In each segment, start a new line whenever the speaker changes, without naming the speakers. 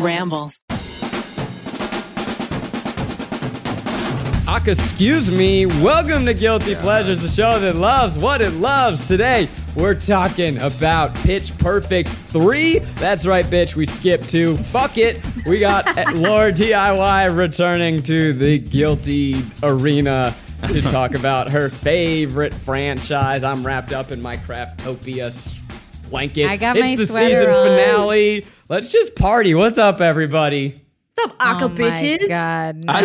Ramble.
Aka, excuse me. Welcome to Guilty Pleasures, the show that loves what it loves. Today, we're talking about Pitch Perfect 3. That's right, bitch. We skipped two. Fuck it. We got Lord DIY returning to the Guilty Arena to talk about her favorite franchise. I'm wrapped up in my Craftopia s- blanket.
I got
it's
my
the
sweater
season
on.
finale. Let's just party. What's up, everybody?
What's up, Aka
Oh my
bitches?
God, no.
I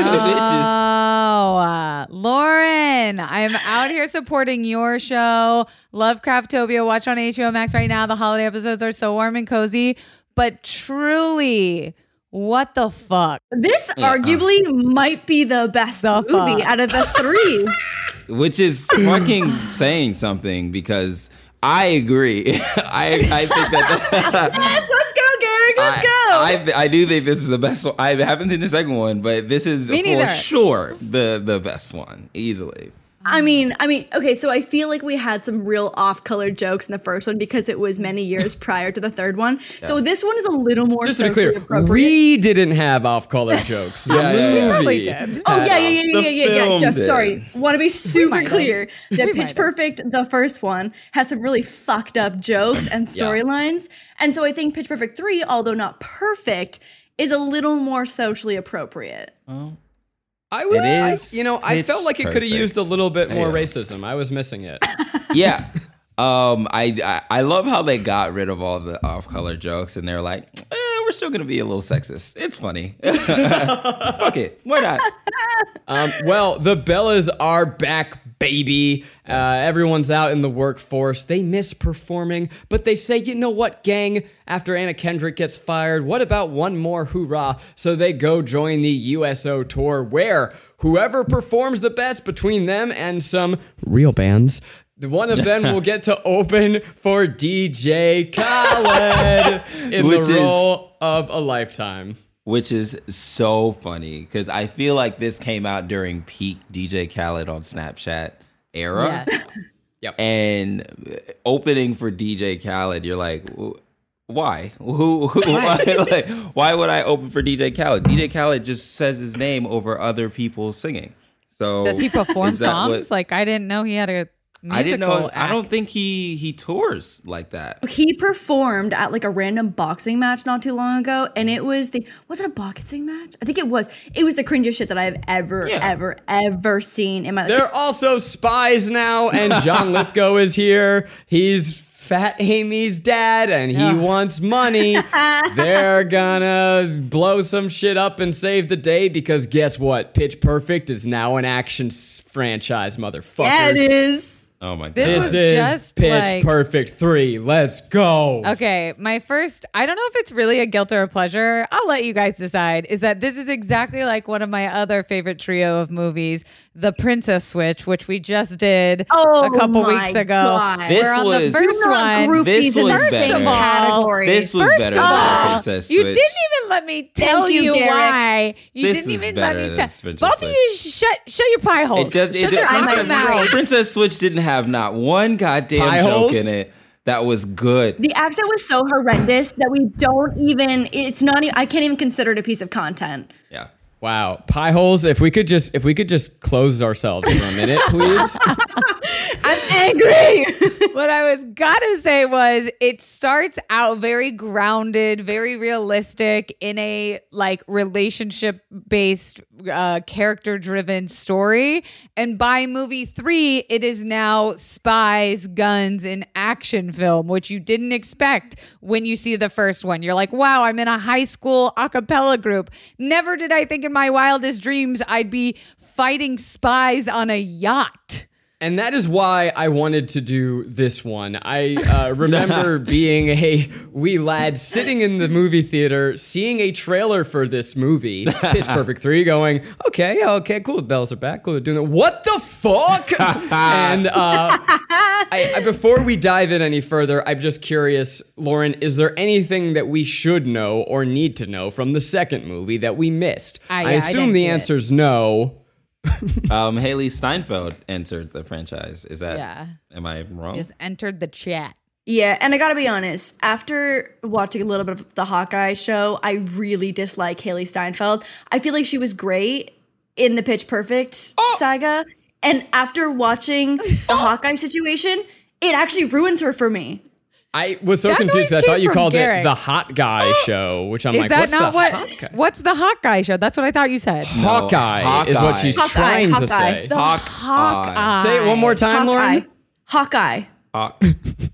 know the bitches.
uh, Lauren, I'm out here supporting your show, Lovecraftopia. Watch on HBO Max right now. The holiday episodes are so warm and cozy, but truly, what the fuck?
This
uh.
arguably might be the best
The
movie
fuck.
out of the three.
Which is fucking saying something because I agree. I, I think that.
Let's go, Garrick. Let's go.
I, I, I do think this is the best one. I haven't seen the second one, but this is
Me
for
neither.
sure the, the best one, easily.
I mean, I mean, okay, so I feel like we had some real off-color jokes in the first one because it was many years prior to the third one. So this one is a little more
Just to be
socially
clear,
appropriate.
we didn't have off-color jokes.
Yeah, yeah, yeah. We
probably
movie Uh,
did.
Oh
had
yeah, yeah, yeah,
The
yeah, yeah, yeah.
film
yeah.
did.
Sorry, want to be super
might have.
clear that
We might
Pitch
have.
Perfect, the first one, has some really fucked up jokes and storylines, and so I think Pitch Perfect three, although not perfect, is a little more socially appropriate.
Oh.
I was,
It
I-
is
you know, I
pitch
felt like it could have used a
perfect.
little bit more
Yeah.
racism. I was missing it.
yeah. Um, I, I I love how they got rid of all the off-color jokes, and they're like, eh, we're still gonna be a little sexist. It's funny. Fuck it, why not?
Um, well, the Bellas are back, baby. Uh, everyone's out in the workforce. They miss performing, but they say, you know what, gang? After Anna Kendrick gets fired, what about one more hoorah? So they go join the USO tour where whoever performs the best between them and some real bands. the One of them will get to open for DJ Khaled in
Which is-
the role of a lifetime.
which is so funny because I feel like this came out during peak DJ Khaled on Snapchat era,
Yep.
and opening for DJ Khaled, you're like, "Wh- why? Who? who why? like, why would I open for DJ Khaled? DJ Khaled just says his name over other people singing. So
Does he perform
Oh, is that
songs?
what-
like I didn't know he had a musical
I didn't know.
act.
I don't think he he tours like that.
He performed at like a random boxing match not too long ago, and it was the was it a boxing match? I think it was. It was the cringiest shit that I've ever,
Yeah.
ever, ever seen in my life.
They're also spies now, and John Lithgow is here. He's Fat Amy's dad, and he wants money. They're gonna blow some shit up and save the day because guess what? Pitch Perfect is now an action s- franchise, motherfuckers.
Yeah, it is.
Oh my god!
This
This
was
is
just
Pitch
like-
Perfect Three. Let's go.
Okay, my first, I don't know if it's really a guilt or a pleasure. I'll let you guys decide. Is that this is exactly like one of my other favorite trio of movies, The Princess Switch, which we just did
Oh,
a couple
my
weeks ago.
God.
This
We're on
was-
the
You're
first
not
one.
groupies
This
in the
was
same
better. First of
all,
category.
this was
First
better
of
than
all,
Princess
you
Switch.
didn't even let me tell
Thank you,
you,
Derek.
why. You
This
didn't
is
even let
better
me
than
tell.
Princess
Both of you, shut shut your pie holes.
It just, it
shut
just-
your
Princess,
mouth.
Princess Switch didn't have not one goddamn
Pie
joke
holes?
in it that was good.
The accent was so horrendous that we don't even. It's not. Even, I can't even consider it a piece of content.
yeah.
Wow, pie holes. If we could just if we could just close ourselves for a minute, please.
I'm angry.
what I was gotta say was it starts out very grounded, very realistic in a like relationship based, uh, character driven story. And by movie three, it is now spies, guns, and action film, which you didn't expect when you see the first one. You're like, wow, I'm in a high school a cappella group. Never did I think in my wildest dreams I'd be fighting spies on a yacht.
And that is why I wanted to do this one. I uh, remember being a wee lad sitting in the movie theater, seeing a trailer for this movie, Pitch Perfect 3, going, okay, okay, cool, the bells are back, cool, they're doing that. What the fuck? and uh, I, I, before we dive in any further, I'm just curious, Lauren, is there anything that we should know or need to know from the second movie that we missed?
Ah, yeah, I
assume
didn't
the
see it.
answer is no.
Um, Haley Steinfeld entered the franchise. Is that?
Yeah.
Am I wrong?
Just entered the chat.
Yeah, and I gotta be honest, after watching a little bit of the Hawkeye show, I really dislike Haley Steinfeld. I feel like she was great in the Pitch Perfect saga. And after watching the Hawkeye situation, it actually ruins her for me.
I was so
That
confused.
noise
I thought
came
you
from
called
Garrick. Oh,
it the Hot Guy Show, which I'm
Is
like,
that
what's
not
the
what?
Hot Guy?
What's the Hawkeye show? That's what I thought you said.
Hawkeye, is what
Hawkeye.
she's
Hawkeye,
trying to
Hawkeye.
say.
The
Hawk-
Hawkeye.
say it one more time,
Hawkeye.
Lauren.
Hawkeye.
Hawk, Ah,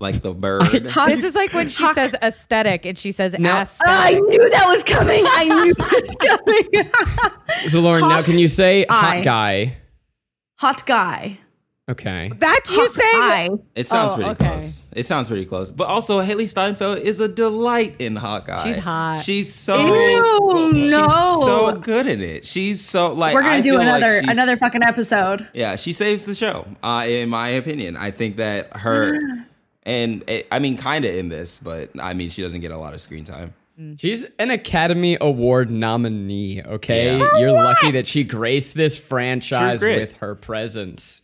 like the bird.
Hawk-
This is like when she
Hawk-
says aesthetic and she says
Now-
I
aesthetic.
knew that was coming. I knew that was coming.
So, Lauren, now can you say
Hawkeye.
Hot Guy?
Hot guy.
Okay.
That's you saying.
It sounds
Oh,
pretty
okay.
close. It sounds pretty close. But also, Haley Steinfeld is a delight in Hawkeye.
She's hot.
She's so.
Oh,
Ew,
she's
no.
so good in it. She's so like.
We're gonna
I
do
feel like
another
she's-
another fucking episode.
Yeah, she saves the show. Uh, in my opinion, I think that her. And eh, I mean, kind of in this, but I mean, she doesn't get a lot of screen time.
She's an Academy Award nominee, okay?
Yeah.
You're lucky that she graced this franchise
True grit.
with her presence.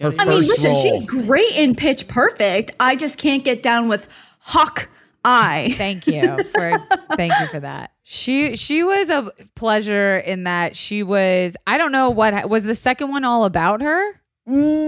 Her
I
I mean,
first
listen,
role.
she's great in Pitch Perfect. I just can't get down with Hawk Eye.
Thank you for thank you for that. She she was a pleasure in that she was. I don't know what was the second one all about her.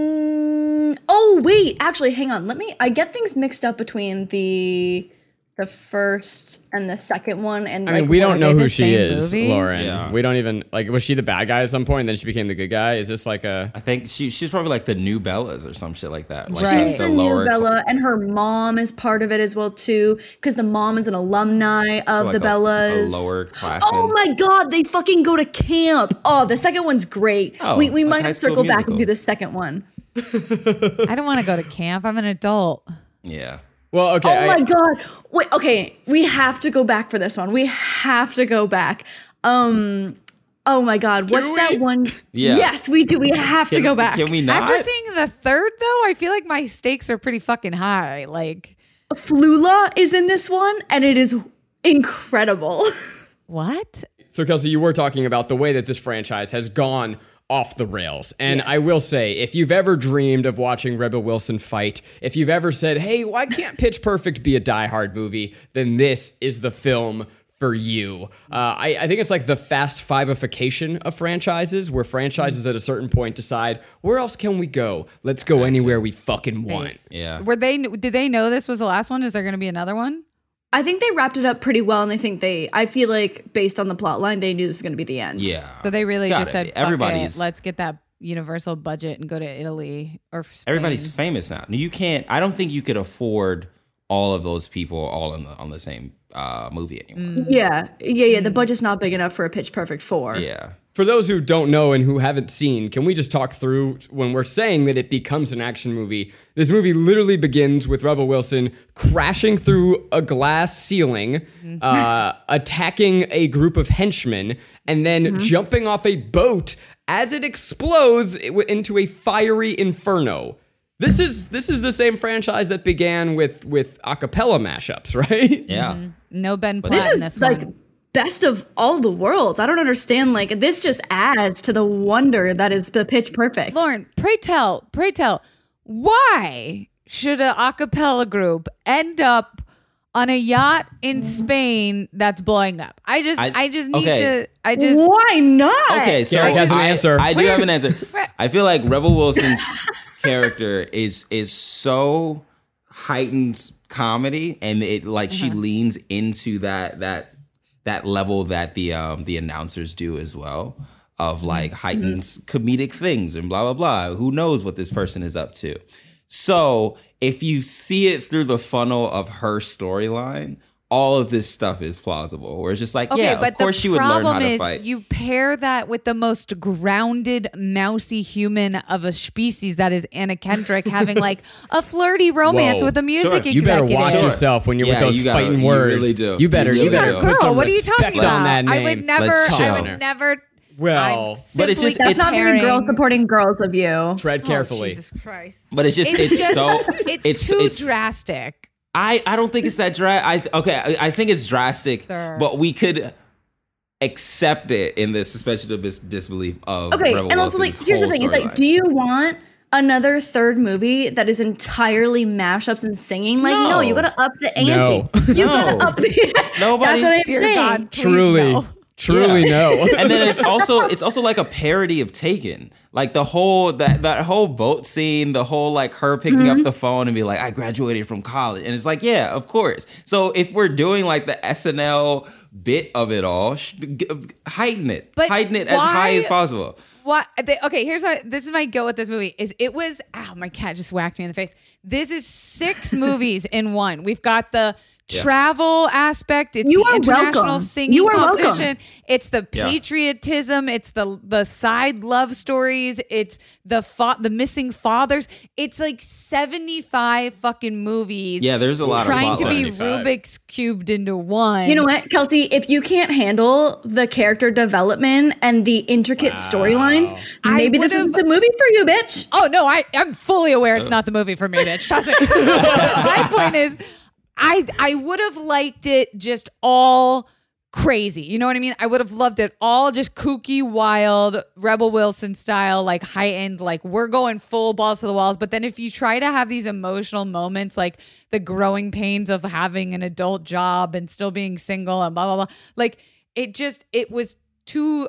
Mm, oh wait, actually, hang on. Let me. I get things mixed up between the the first and the second one. And
I mean,
like,
we
were
don't know
they
who
the
she
same
is,
movie?
Lauren.
Yeah.
We don't even like was she the bad guy at some point and then she became the good guy? Is this like a
I think she she's probably like the new Bellas or some shit like that. Like
Right.
she's
She's
the,
the
lower
new
cla-
Bella, and her mom is part of it as well too, because the mom is an alumni of
like
the
a-
Bellas.
a lower class.
Oh my god, they fucking go to camp. Oh, the second one's great.
Oh,
we we
like
might
High
have
School
circle back and
Musical.
do the second one.
I don't want to go to camp. I'm an adult.
Yeah.
Well, okay.
Oh
I-
my god. Wait, okay, we have to go back for this one. We have to go back. Um Oh my god, what's that one?
Yeah.
Yes, we do. We have to
Can-
go back.
Can we not?
After seeing the third, though, I feel like my stakes are pretty fucking high. Like
Flula is in this one and it is incredible.
what?
So, Kelsey, you were talking about the way that this franchise has gone off the rails. And I will say, if you've ever dreamed of watching Rebel Wilson fight, if you've ever said, hey, why can't Pitch Perfect be a Die Hard movie, then this is the film for you. Uh, I, I think it's like the fast fiveification of franchises, where franchises at a certain point decide, where else can we go? Let's go anywhere we fucking want.
yeah.
Were they? Did they know this was the last one? Is there going to be another one?
I think they wrapped it up pretty well, and I think they. I feel like based on the plot line, they knew this was going to be the end.
Yeah.
So they really
Gotta
just said,
be.
"Fuck it,
Everybody's-
let's get that universal budget and go to Italy or Spain."
Everybody's famous now. You can't I don't think you could afford all of those people all in the on the same uh, movie anymore.
yeah, yeah, yeah. The budget's not big enough for a Pitch Perfect four.
Hmm. Yeah.
For those who don't know and who haven't seen, can we just talk through when we're saying that it becomes an action movie? This movie literally begins with Rebel Wilson crashing through a glass ceiling, uh, attacking a group of henchmen, and then jumping off a boat as it explodes i- into a fiery inferno. This is this is the same franchise that began with with acapella mashups, right?
Yeah.
Mm-hmm.
no Ben Platt
this
in
is
this
like
one.
best of all the worlds. I don't understand. Like this just adds to the wonder that is the Pitch Perfect.
Lauren, pray tell, pray tell, why should an acapella group end up on a yacht in Spain that's blowing up? I just, I,
I-
just need
okay.
to, I just.
why not?
Okay, so
Garrick has an
I,
answer.
I do
Wait.
have an answer. I feel like Rebel Wilson's character is is so heightened comedy, and it like she
Uh-huh.
leans into that that that level that the um the announcers do as well
Mm-hmm.
of like heightened comedic things and blah blah blah. Who knows what this person is up to? So if you see it through the funnel of her storyline. All of this stuff is plausible. Where it's just like,
Okay,
yeah,
but
of course
the
she would learn
problem
how to
is
fight.
you pair that with the most grounded, mousy human of a species that is Anna Kendrick having like a flirty romance
Whoa.
with a music
Sure.
You better
executive.
watch
Sure.
yourself when you're
Yeah,
with those
you gotta-
fighting
you
words.
really do.
you better.
You
You
really
better
do.
put
girl.
some
What are you talking
respect
about?
on that name.
I would never.
Let's
I
chill.
would never.
Well,
But it's just-
that's not even
comparing-
girl supporting girls of you.
tread carefully.
Oh, Jesus Christ!
But it's just it's,
just-
so
It's,
it's
too
it's,
drastic.
I I don't think it's that dry. I okay. I, I think it's drastic,
Sure.
but we could accept it in the suspension of dis- disbelief of
Okay,
Rebel
and also like
Wilson's
here's the
whole
thing: it's like,
storyline.
do you want another third movie that is entirely mashups and singing. Like, no,
No.
you gotta up the ante. You
No.
gotta up the.
Nobody-
That's what I'm
Dear
saying.
God, please
Truly,
no.
truly no.
and then it's also it's also like a parody of Taken. Like the whole that that whole boat scene, the whole like her picking up the phone and be like, I graduated from college. And it's like, yeah, of course. So if we're doing like the SNL bit of it all, sh- g- heighten it.
But
heighten it as high
why-
as possible.
What? They, okay, here's my. This is my go with this movie. Is it was? Ow, my cat just whacked me in the face. This is six movies in one. We've got the travel aspect. It's
You
the
are
international
welcome.
singing
You are welcome.
competition. It's the
Yeah.
patriotism. It's the the side love stories. It's the fa- the missing fathers. It's like seventy five fucking movies.
Yeah, there's a lot
trying
of
to
plot
be
lines.
75.
Rubik's cubed into one.
You know what, Kelsey? If you can't handle the character development and the intricate storylines,
I
maybe this
would've-
isn't the movie for you, bitch.
Oh no, I I'm fully aware it's not the movie for me, bitch. Trust me. My point is, I I would have liked it just all crazy. You know what I mean? I would have loved it all just kooky, wild, Rebel Wilson style, like high end, like we're going full balls to the walls. But then if you try to have these emotional moments, like the growing pains of having an adult job and still being single and blah blah blah, like it just it was too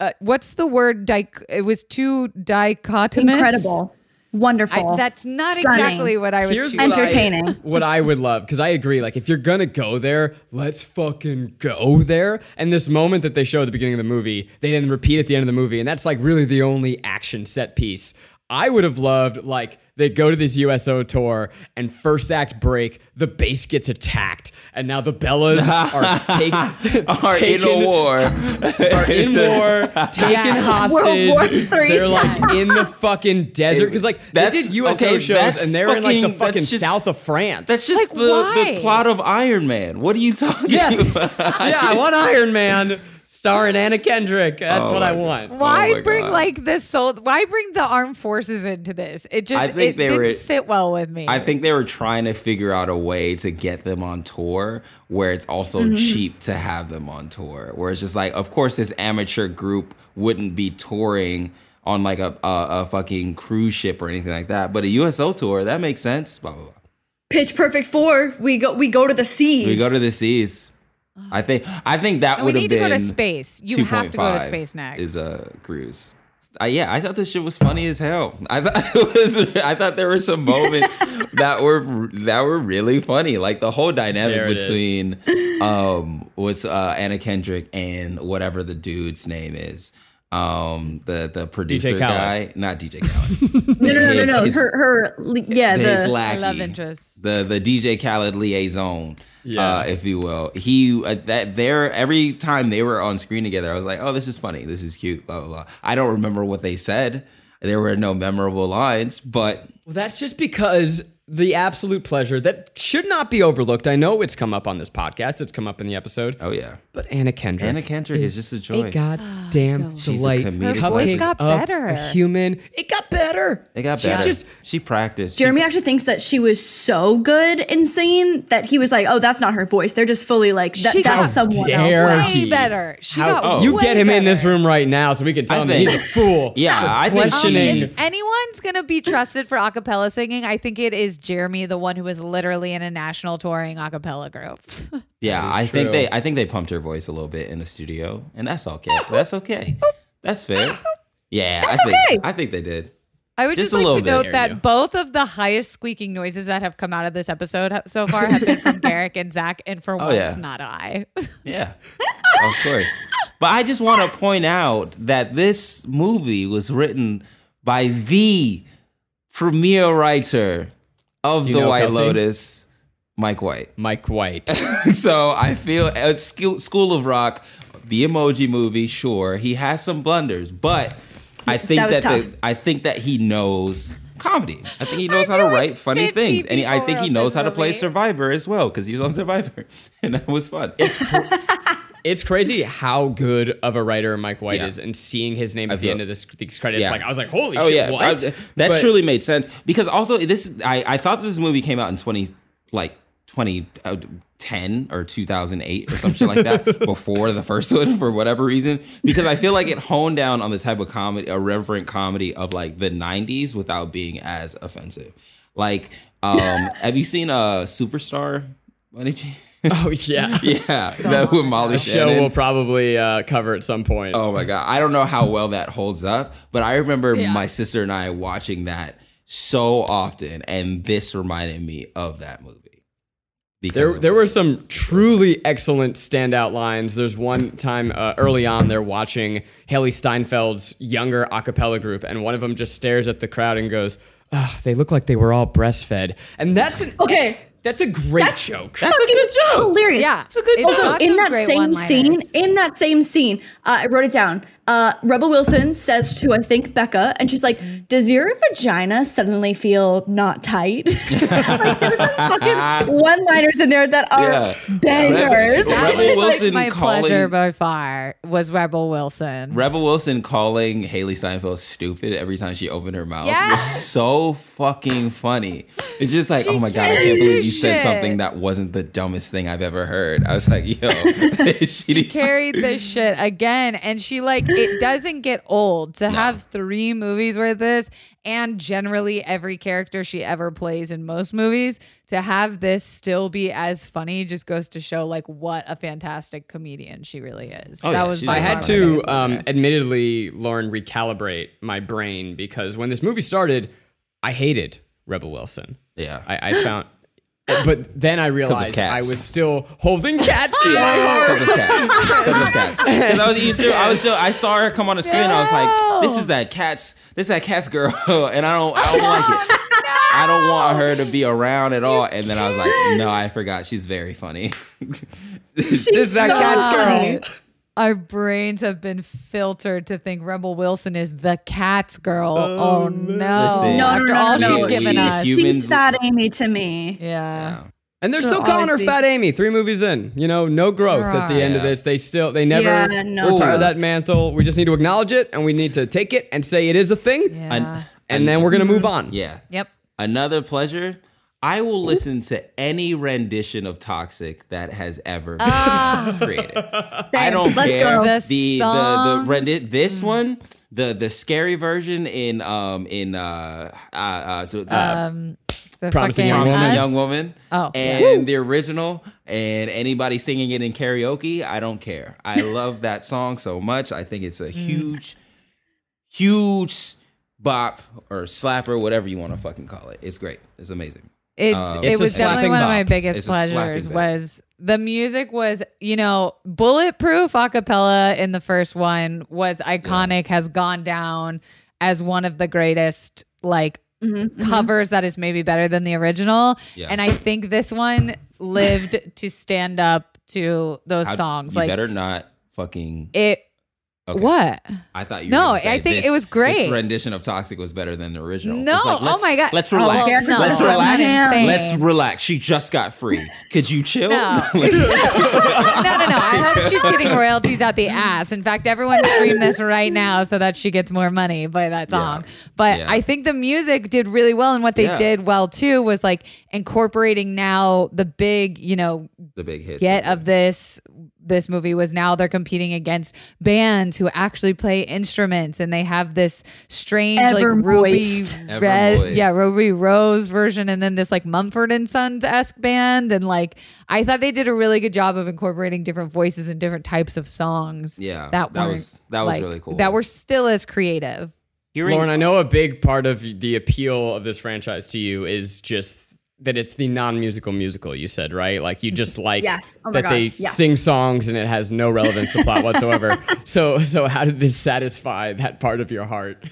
uh, what's the word? Dic- it was too dichotomous.
Incredible. Wonderful.
I, that's not
Stunning.
exactly what I was.
Here's
choosing.
what I-
Entertaining.
what I would love, because I agree, like if you're gonna go there, let's fucking go there. And this moment that they show at the beginning of the movie, they then repeat at the end of the movie, and that's like really the only action set piece. I would have loved like they go to this USO tour and first act break, the base gets attacked, and now the Bellas are, take,
Are in
taken-
a war.
are in war, taken
Yeah.
hostage.
World War Three.
They're like in the fucking desert because like
That's-
they did USO
okay,
shows
that's
and they're in like the
fucking- that's
fucking
just-
south of France.
That's just
Like,
the,
why?
the plot of Iron Man. What are you talking
Yes.
about?
yeah, I want Iron Man starring Anna Kendrick. That's
Oh
what I
my
want.
Oh
why
my
bring
God.
like this? soul? Why bring the armed forces into this? It just
I think
it
they
didn't
were-
sit well with me.
I think they were trying to figure out a way to get them on tour where it's also
Mm-hmm.
cheap to have them on tour. Where it's just like, of course, this amateur group wouldn't be touring on like a, a, a fucking cruise ship or anything like that. But a USO tour, that makes sense. Blah, blah, blah.
Pitch Perfect Four. We go. We go to the seas.
We go to the seas. I think I think that
And we
would
need
have
to go
been.
to space. You have to go to
2.5
space next.
Is a cruise. I, yeah, I thought this shit was funny as hell. I thought it was. I thought there were some moments that were that were really funny, like the whole dynamic
There it is.
between um what's uh, Anna Kendrick and whatever the dude's name is, um the the producer
Khaled.
guy, not DJ Khaled,
No, no, no, no,
His-
no.
his-
her, her. Yeah,
his
the
lackey,
love interest.
the the DJ Khaled liaison,
Yeah.
uh, if you will. He uh, that there every time they were on screen together, I was like, oh, this is funny, this is cute, blah blah. blah. I don't remember what they said. There were no memorable lines, but
Well, that's just because the absolute pleasure that should not be overlooked. I know it's come up on this podcast. It's come up in the episode.
oh yeah,
But Anna Kendrick.
Anna Kendrick is just a joy.
a goddamn
She's a
delight.
comedic
Cupcake
legend.
got
of
better.
a human. It got better.
They got
She's
better.
just-
she practiced.
Jeremy actually thinks that she was so good in singing that he was like, "Oh, that's not her voice. They're just fully like that,
She
that's
got
someone
dare
else."
Way
he?
better. She
How-
got
you
way
get him in this
better.
room right now so we can tell
I
him
think-
he's a fool.
yeah, I think
Um,
she.
if anyone's gonna be trusted for acapella singing, I think it is Jeremy, the one who is literally in a national touring acapella group.
Yeah, I
true.
think they. I think they pumped her voice a little bit in the studio, and that's okay. That's okay. That's fair. Yeah, I think.
okay.
I think they did.
I would
Just
just,
a
like
little
to
bit.
There
note
you go.
that both of the highest squeaking noises that have come out of this episode ha- so far have been from Garrick and Zach, and for once,
Oh, yeah.
not I.
Yeah, of course. But I just want to point out that this movie was written by the premier writer of
You
The
know
White
Kelsey?
Lotus, Mike White.
Mike White.
so I feel at Skill- School of Rock, the Emoji Movie, sure he has some blunders, but I think
That was
that,
tough.
the, I think that he knows comedy. I think he knows how to
feel like
write funny
50
things, and he- I
people
think he
wrote
knows
this
how to play
movie.
Survivor as well because he was on Survivor, and that was fun.
It's crazy how good of a writer Mike White
Yeah.
is, and seeing his name at the
feel-
end of this, these credits,
Yeah.
like I was like, "Holy
oh
shit!"
yeah,
what?
I- that
But-
truly made sense because also this I I thought this movie came out in twenty like 2010 2010 or 2008 or some shit like that before the first one for whatever reason because I feel like it honed down on the type of comedy, irreverent comedy of like the 90s without being as offensive. Like, um, have you seen a uh, superstar? by any chance?
Oh yeah.
yeah, that with Molly
The show
Shannon.
we'll probably uh, cover at some point.
Oh my god, I don't know how well that holds up, but I remember
Yeah.
my sister and I watching that so often, and this reminded me of that movie. Because
There,
of-
there were some truly excellent standout lines. There's one time uh, early on, they're watching Haley Steinfeld's younger a cappella group, and one of them just stares at the crowd and goes, Ugh, they look like they were all breastfed. And that's an,
Okay.
that's a great joke.
That's a good joke.
Hilarious.
Yeah.
It's a good
It's
also,
lots
in
of
that
great
same
one-liners.
scene, in that same scene, uh, I wrote it down. Uh, Rebel Wilson says to, I think, Becca, and she's like, Does your vagina suddenly feel not tight? like, there's some fucking one liners in there that are
Yeah.
bangers.
Rebel-
That
Rebel
was
Wilson
like my
calling-
pleasure by far was Rebel Wilson.
Rebel Wilson calling Haley Steinfeld stupid every time she opened her mouth
Yeah.
was so fucking funny. It's just like,
She
oh my god, I
carried
can't believe
the
you said
shit.
something that wasn't the dumbest thing I've ever heard. I was like, yo, she needs
carried this shit again and she like it doesn't get old to have three movies with this and generally every character she ever plays in most movies to have this still be as funny just goes to show like what a fantastic comedian she really is
Oh,
that
yeah,
was
she's
by
I
a
far
had
my
to,
biggest
um,
favorite.
admittedly, Lauren, recalibrate my brain because when this movie started, I hated Rebel Wilson.
yeah.
I, I found, but then I realized I
cats.
was still holding cats in my heart.
Because of cats. Because of cats. 'Cause I was used to. I was still. I saw her come on the screen. and I was like, "This is that cats. This is that cats girl." And I don't. I don't like it. I don't want her to be around at all. And then I was like, "No, I forgot. She's very funny." this is that
so
cats girl.
funny.
our brains have been filtered to think Rebel Wilson is the cat's girl. Oh, no.
Listen,
No, no,
After
no,
all
no, no.
she's given
We
us.
humans-
She's fat Amy to me.
yeah.
And they're
She'll
still calling
always
her
be-
Fat Amy. Three movies in, you know, no growth at the end of
Yeah.
this. They still, they never.
Yeah, no
we're tired of
growth.
that mantle. We just need to acknowledge it, and we need to take it and say it is a thing,
Yeah.
An-
and then we're gonna move on.
yeah.
Yep.
Another pleasure. I will listen to any rendition of Toxic that has ever been created. I don't
Let's
care.
go.
The Mm. the the,
songs.
rendi- this one, the the scary version in um in uh uh, uh so the
Um, the
Promising
fucking
Young Woman.
Promising
us.
Young Woman.
Oh, yeah.
and the original and anybody singing it in karaoke, I don't care. I love that song so much. I think it's a
Mm.
huge, huge bop or slapper, whatever you want to fucking call it. It's great. It's amazing.
It,
Um,
it
It's a
was definitely
slapping
one of my
bop.
biggest
It's a slapping
pleasures
bop.
was the music was, you know, bulletproof a cappella in the first one was iconic, has gone down as one of the greatest like
Mm-hmm.
covers that is maybe better than the original.
Mm-hmm. Yeah.
And I think this one lived to stand up to those
How-
songs.
you
Like
better not fucking.
it
Okay.
what?
I thought you.
No,
were gonna say
I think
this-
it was great.
This rendition of Toxic was better than the original.
No,
It's like,
oh
let's-
my God.
Let's
Oh, well,
relax.
no,
let's
that's what I'm
relax.
saying.
Let's relax. She just got free. Could you chill?
No. no, no, no. I hope she's getting royalties out the ass. In fact, everyone stream this right now so that she gets more money by that song. But
Yeah.
I think the music did really well. And what they
Yeah.
did well too was like incorporating now the big, you know,
the big hit.
get of this this movie was now they're competing against bands who actually play instruments and they have this strange like ruby
Evermoist.
red
Evermoist.
yeah ruby rose version and then this like mumford and sons-esque band and like i thought they did a really good job of incorporating different voices and different types of songs
Yeah,
that,
that
weren't,
was- that was
like,
really cool.
that were still as creative
Hearing
Lauren, I know a big part of the appeal of this franchise to you is just that it's the non-musical musical. You said right, like you just like
Yes. Oh my
that
God.
they
Yeah.
sing songs and it has no relevance to plot whatsoever. So, so how did this satisfy that part of your heart?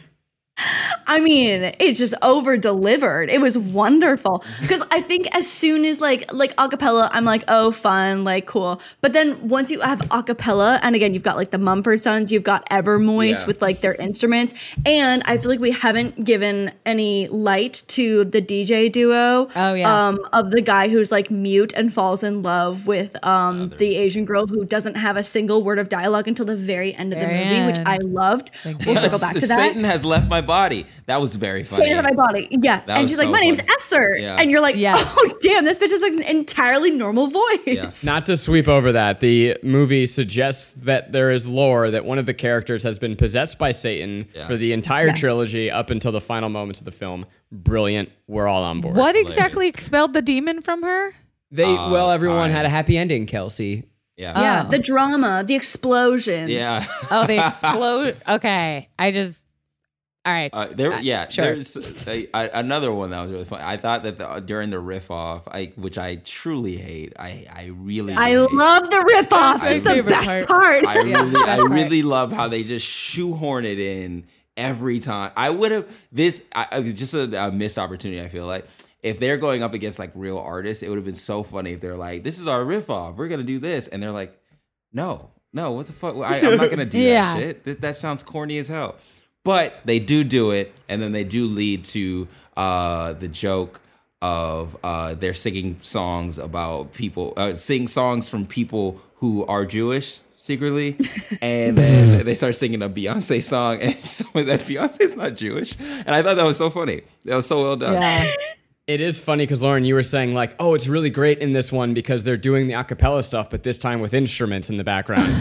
I mean, it just over delivered. It was wonderful because I think as soon as like like acapella, I'm like, oh, fun, like cool. But then once you have acapella, and again, you've got like the Mumford Sons, you've got Evermoist
Yeah.
with like their instruments, and I feel like we haven't given any light to the DJ duo.
Oh, yeah.
um, of the guy who's like mute and falls in love with um the Asian girl who doesn't have a single word of dialogue until the very end of the
Very
movie, which
end.
I loved. We'll circle back to that.
Satan has left my body. That was very funny.
Straight out of my body. Yeah.
That
and
was
she's like,
so
my name's
funny.
Esther.
Yeah.
And you're like,
Yes.
oh, damn, this bitch has like an entirely normal voice.
Yeah.
Not to sweep over that, the movie suggests that there is lore that one of the characters has been possessed by Satan
Yeah.
for the entire
Yes.
trilogy up until the final moments of the film. Brilliant. We're all on board.
What exactly expelled the demon from her?
They
Uh,
well, everyone
time.
had a happy ending, Kelsey.
yeah.
Yeah,
Oh.
Uh, The drama, the explosion.
yeah.
Oh, they explode. okay, I just. All right.
Uh, there, yeah,
sure.
there's a, a, another one that was really funny. I thought that the, uh, during the riff off, I which I truly hate. I I really
I
hate.
love the riff off.
my
It's the
favorite
best part.
part.
I really, I
that's right.
really love how they just shoehorn it in every time. I would have this I, I- just a, a missed opportunity. I feel like if they're going up against like real artists, it would have been so funny if they're like, "This is our riff off. We're gonna do this," and they're like, "No, no, what the fuck? I, I'm not gonna do
Yeah.
that shit. That, that sounds corny as hell." But they do do it, and then they do lead to uh, the joke of uh, they're singing songs about people, uh, sing songs from people who are Jewish secretly, and then they start singing a Beyonce song, and someone that Beyonce's not Jewish, and I thought that was so funny. That was so well done.
Yeah.
It is funny because Lauren, you were saying like, "Oh, it's really great in this one because they're doing the acapella stuff, but this time with instruments in the background,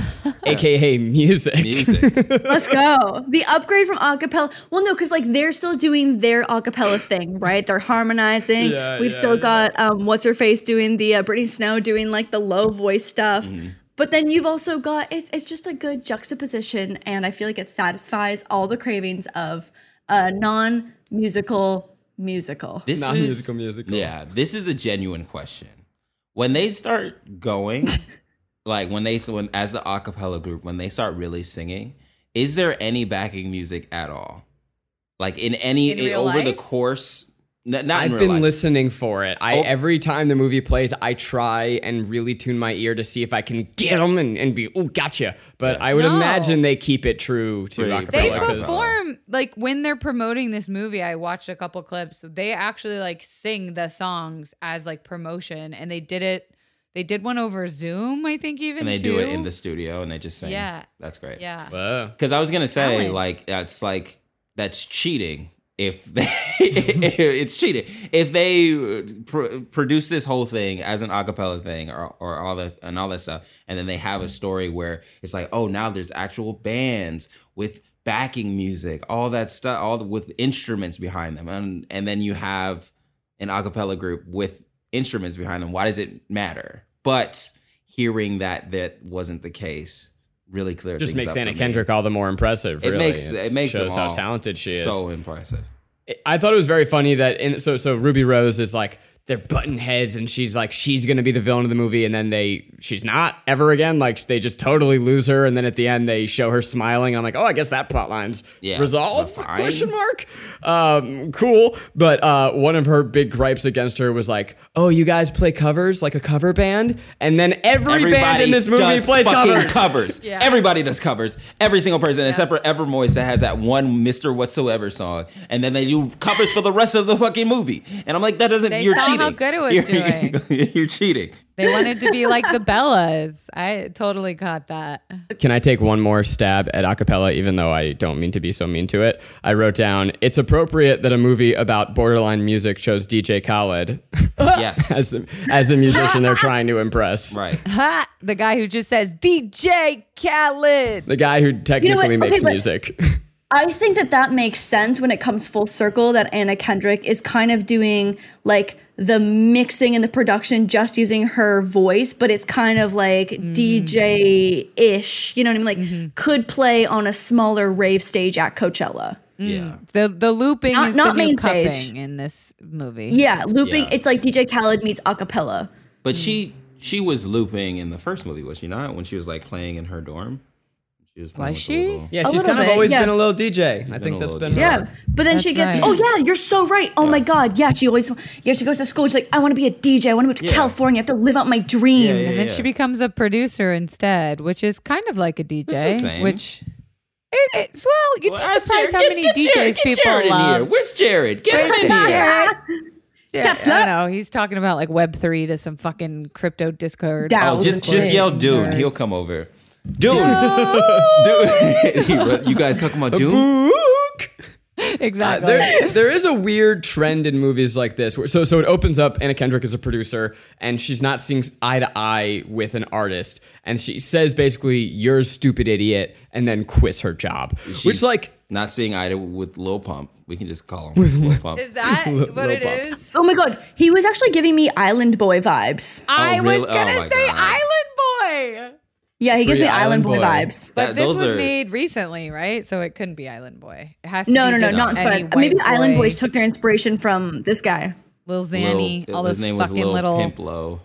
aka music."
Music.
Let's go. The upgrade from acapella. Well, no, because like they're still doing their acapella thing, right? They're harmonizing.
Yeah,
We've
yeah,
still
yeah.
got um, what's her face doing the uh, Britney Snow doing like the low voice stuff.
Mm-hmm.
But then you've also got it's it's just a good juxtaposition, and I feel like it satisfies all the cravings of a non musical musical.
This
Not
is
musical, musical.
Yeah, this is a genuine question. When they start going, like when they so when as the acapella group, when they start really singing, is there any backing music at all? Like in any
In
in-
real
over the
life?
course? N- not in
I've
real
been
life.
listening for it. I
Oh.
every time the movie plays, I try and really tune my ear to see if I can get them and, and be oh gotcha. But I would
No.
imagine they keep it true to
Pretty-
acapella.
They
Yeah,
'cause-
like
perform like when they're promoting this movie. I watched a couple clips. They actually like sing the songs as like promotion, and they did it. They did one over Zoom, I think. Even
and they
too.
do it in the studio, and they just sing.
Yeah.
that's great.
yeah.
Whoa.
Because I was gonna say,
Talent.
like, that's like that's cheating. If they, it's cheating, if they uh, pr- produce this whole thing as an acapella thing or, or all that and all that stuff, and then they have a story where it's like, oh, now there's actual bands with backing music, all that stuff, all the, with instruments behind them, and and then you have an acapella group with instruments behind them. Why does it matter? But hearing that that wasn't the case really clear
Just
things
makes
up
Anna
for me.
Kendrick all the more impressive.
It
really.
makes it makes
shows
them
how
all
talented she is.
So impressive.
I thought it was very funny that in, so so Ruby Rose is like they're button heads and she's like she's gonna be the villain of the movie and then they she's not ever again like they just totally lose her and then at the end they show her smiling and I'm like oh I guess that plot line's
Yeah,
resolved
so fine.
question mark um, cool but uh, one of her big gripes against her was like oh you guys play covers like a cover band and then every band in this movie
does
plays
fucking
covers
Yeah.
Everybody does covers. Every single person, except for Evermoist that has that one Mr. Whatsoever song. And then they do covers for the rest of the fucking movie. And I'm like, that doesn't
They
you're
saw
cheating.
how good it was
you're, you're cheating.
They wanted to be like the Bellas. I totally caught that.
Can I take one more stab at acapella, even though I don't mean to be so mean to it? I wrote down, it's appropriate that a movie about borderline music shows DJ Khaled as
Yes.
the, as the musician they're trying to impress.
right.
Ha! The guy who just says DJ Khaled.
The guy who technically
Okay,
makes
but-
music.
I think that that makes sense when it comes full circle that Anna Kendrick is kind of doing like the mixing and the production just using her voice, but it's kind of like DJ ish. You know what I mean? Like could play on a smaller rave stage at Coachella.
Yeah.
The the looping
Not-
is
not
the new
main
cupping
stage.
in this movie.
Yeah, looping.
Yeah.
It's like DJ Khaled meets acapella.
But she she was looping in the first movie, was she not? When she was like playing in her dorm. She was playing
Was
with the
she?
little-
yeah,
A
she's
little
kind of
bit,
always
yeah.
been a little DJ. I
been
think
a
that's
little
been
DJ.
her.
Yeah, but then she
That's
gets.
right.
Oh yeah, you're so right. Oh my god, yeah. She always. Yeah, she goes to school. She's like, I want to be a DJ. I want to move to
Yeah.
California. I have to live out my dreams.
Yeah, yeah,
And then she becomes a producer instead, which is kind of like a DJ.
the same.
Which it, it's well, you'd
Well,
be
ask
surprised
Jared.
how
Get-
many
get
DJs
Jared- get
people
Jared in
love.
here. Where's Jared? Get
Where's
him in here.
Jared? Jared-
Taps
I
up.
don't know. He's talking about like Web three to some fucking crypto Discord.
Down.
Oh, just
Thousands
just
of
yell dude.
nerds.
He'll come over. Dude. Dude. you guys talking about Doom?
Book.
exactly.
there, there is a weird trend in movies like this. Where, so, so it opens up. Anna Kendrick is a producer, and she's not seeing eye to eye with an artist, and she says basically, "You're a stupid idiot," and then quits her job. which,
She's
like,
not seeing eye to with Lil Pump. We can just call him Lil Pump.
Is that
Lil-
what
Lil
it
Pump.
is?
Oh my god, he was actually giving me Island Boy vibes.
I was
really? Oh
gonna
my
say
God.
Island Boy,
Yeah, he gives
Free
me Island,
Island
Boy,
Boy.
vibes.
but
That-
this
those
was
are-
made recently, right? So it couldn't be Island Boy. It has to
No,
be
no, no,
just
not
any
inspired.
white
Maybe Island
boy.
Boys took their inspiration from this guy.
Lil
Lil-
Zanny, all
his
those
name was
fucking
Lil
little
Pimp Lo.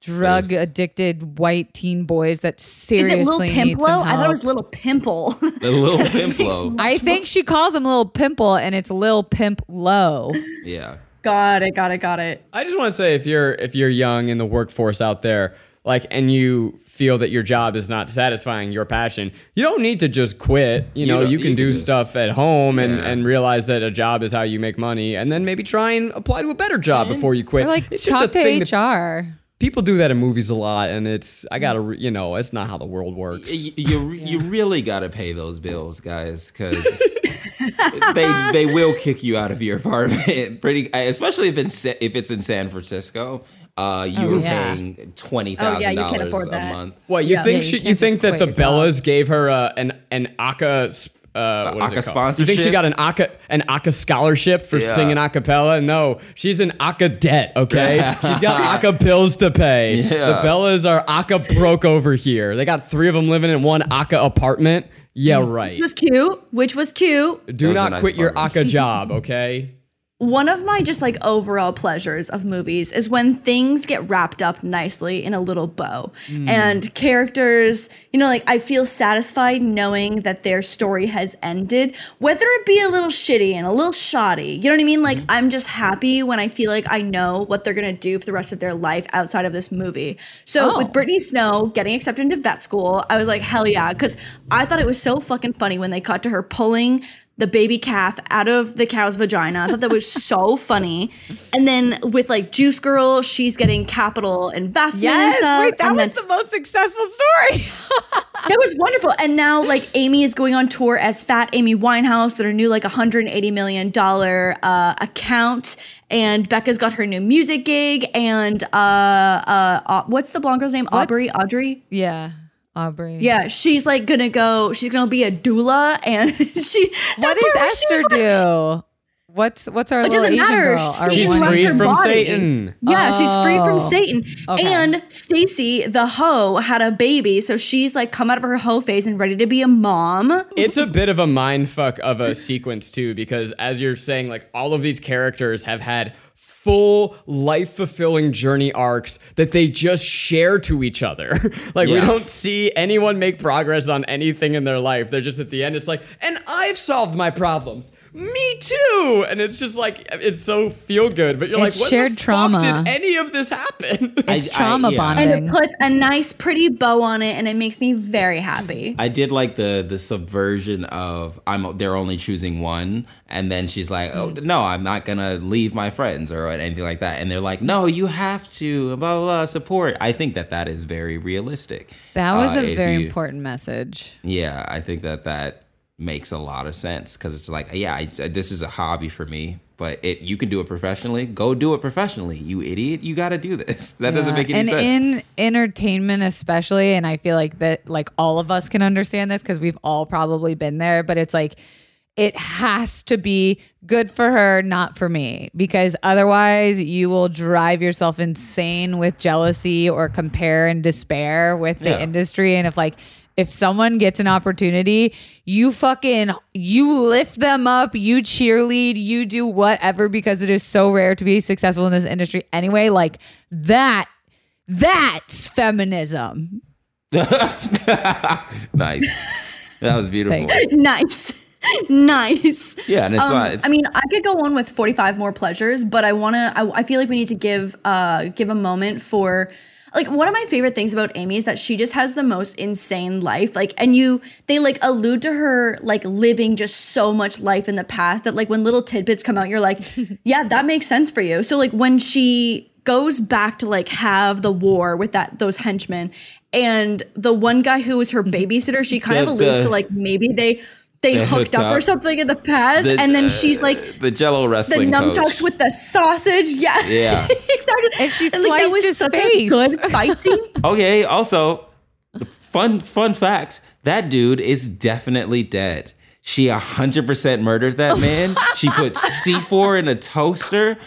drug
First.
addicted white teen boys that
Is
seriously
it Little
need some
Pimplo? I thought
help.
it was Little Pimple.
The Lil Pimp Lo.
I think she calls him Lil Pimple, and it's Lil Pimp Low.
Yeah.
got it, got it, got it.
I just want to say, if you're if you're young in the workforce out there, like, and you feel that your job is not satisfying your passion, you don't need to just quit. You, know,
don't-
you can
you can
do
just-
stuff at home and
Yeah.
and realize that a job is how you make money, and then maybe try and apply to a better job before you quit.
Or like
It's just a
talk to
thing that-
HR.
people do that in movies a lot, and it's I gotta re- you know, it's not how the world works.
You you, you really gotta pay those bills, guys, because they they will kick you out of your apartment. Pretty, especially if it's if it's in San Francisco. Uh, you're
Oh, yeah.
paying twenty
Oh,
thousand
yeah, you can't
dollars
afford
a
that.
month.
What you
Yeah.
think?
Yeah,
she,
you
you
can't
think
just
that the
quit your job.
Bellas gave her uh, an an Aka uh, what
Aka
is it called? You think she
sponsorship?
got an Aka an Aka scholarship for
Yeah.
singing a cappella? No, she's in Aka debt. Okay, she's got Aka bills to pay.
Yeah.
The Bellas are Aka broke over here. They got three of them living in one Aka apartment. Yeah, right.
Which was cute, which was cute.
Do
was a
not
nice
quit your
apartment.
Aka job. Okay.
One of my just like overall pleasures of movies is when things get wrapped up nicely in a little bow and characters, you know, like I feel satisfied knowing that their story has ended, whether it be a little shitty and a little shoddy. You know what I mean? Like I'm just happy when I feel like I know what they're going to do for the rest of their life outside of this movie. So
Oh.
with Brittany Snow getting accepted into vet school, I was like, hell yeah. Cause I thought it was so fucking funny when they cut to her pulling the baby calf out of the cow's vagina. I thought that was so funny. And then with like Juice Girl, she's getting capital investment and stuff.
Yes, wait, that
and
was
then-
the most successful story.
that was wonderful. And now like Amy is going on tour as Fat Amy Winehouse, their new like 180 million dollar uh, account. And Becca's got her new music gig. And uh, uh, uh, what's the blonde girl's name? Aubrey. Audrey.
yeah, Aubrey.
Yeah, she's like gonna go. She's gonna be a doula, and she.
What
that
does
part where she
Esther
was like-
do? What's what's our
It
little
doesn't
Asian
matter.
girl? Our
She's
She's
one-
like
free
her
from
body.
Satan.
Yeah, she's free
Oh,
from Satan.
okay.
And Stacy, the hoe, had a baby, so she's like come out of her hoe phase and ready to be a mom.
it's a bit of a mind fuck of a sequence too because as you're saying like all of these characters have had full life fulfilling journey arcs that they just share to each other like we
Yeah.
don't see anyone make progress on anything in their life they're just at the end it's like and i've solved my problems me too and it's just like it's so feel good but you're
It's
like what
shared
the
trauma.
fuck did any of this happen
It's
I- I-
trauma
yeah.
bonding.
And it puts a nice, pretty bow on it, and it makes me very happy.
I did like the the subversion of I'm they're only choosing one, and then she's like, "Oh
Mm.
no, I'm not gonna leave my friends or anything like that," and they're like, "No, you have to blah blah, blah support." I think that that is very realistic.
that was
Uh,
a
if
very
you-
important message.
Yeah, I think that that makes a lot of sense because it's like, yeah, I, this is a hobby for me, but it you can do it professionally. Go do it professionally, you idiot. You got to do this. That doesn't
Yeah.
make any
and
sense.
in entertainment especially and i feel like that like all of us can understand this because we've all probably been there but it's like it has to be good for her not for me because otherwise you will drive yourself insane with jealousy or compare and despair with the
Yeah.
industry and if like if someone gets an opportunity you fucking you lift them up you cheerlead you do whatever because it is so rare to be successful in this industry anyway like that that's feminism.
nice. That was beautiful.
nice. nice.
Yeah, and it's
Um,
not. It's,
I mean, I could go on with 45 more pleasures, but I want to I, I feel like we need to give uh give a moment for like one of my favorite things about Amy is that she just has the most insane life. Like and you they like allude to her like living just so much life in the past that like when little tidbits come out you're like, yeah, that makes sense for you. So like when she goes back to like have the war with that those henchmen and the one guy who was her babysitter, she kind of
The-
alludes
the-
to like maybe they they,
They
hooked
hooked
up, or
up.
something in the past,
The-
and then she's like
the Jello
the
wrestling
nunchucks
coach.
with the sausage. Yeah,
Yeah.
exactly.
And she
like,
sliced his face. Mm-hmm.
a good fight scene.
Okay. Also, fun fun fact: that dude is definitely dead. She hundred percent murdered that man. she put C four in a toaster.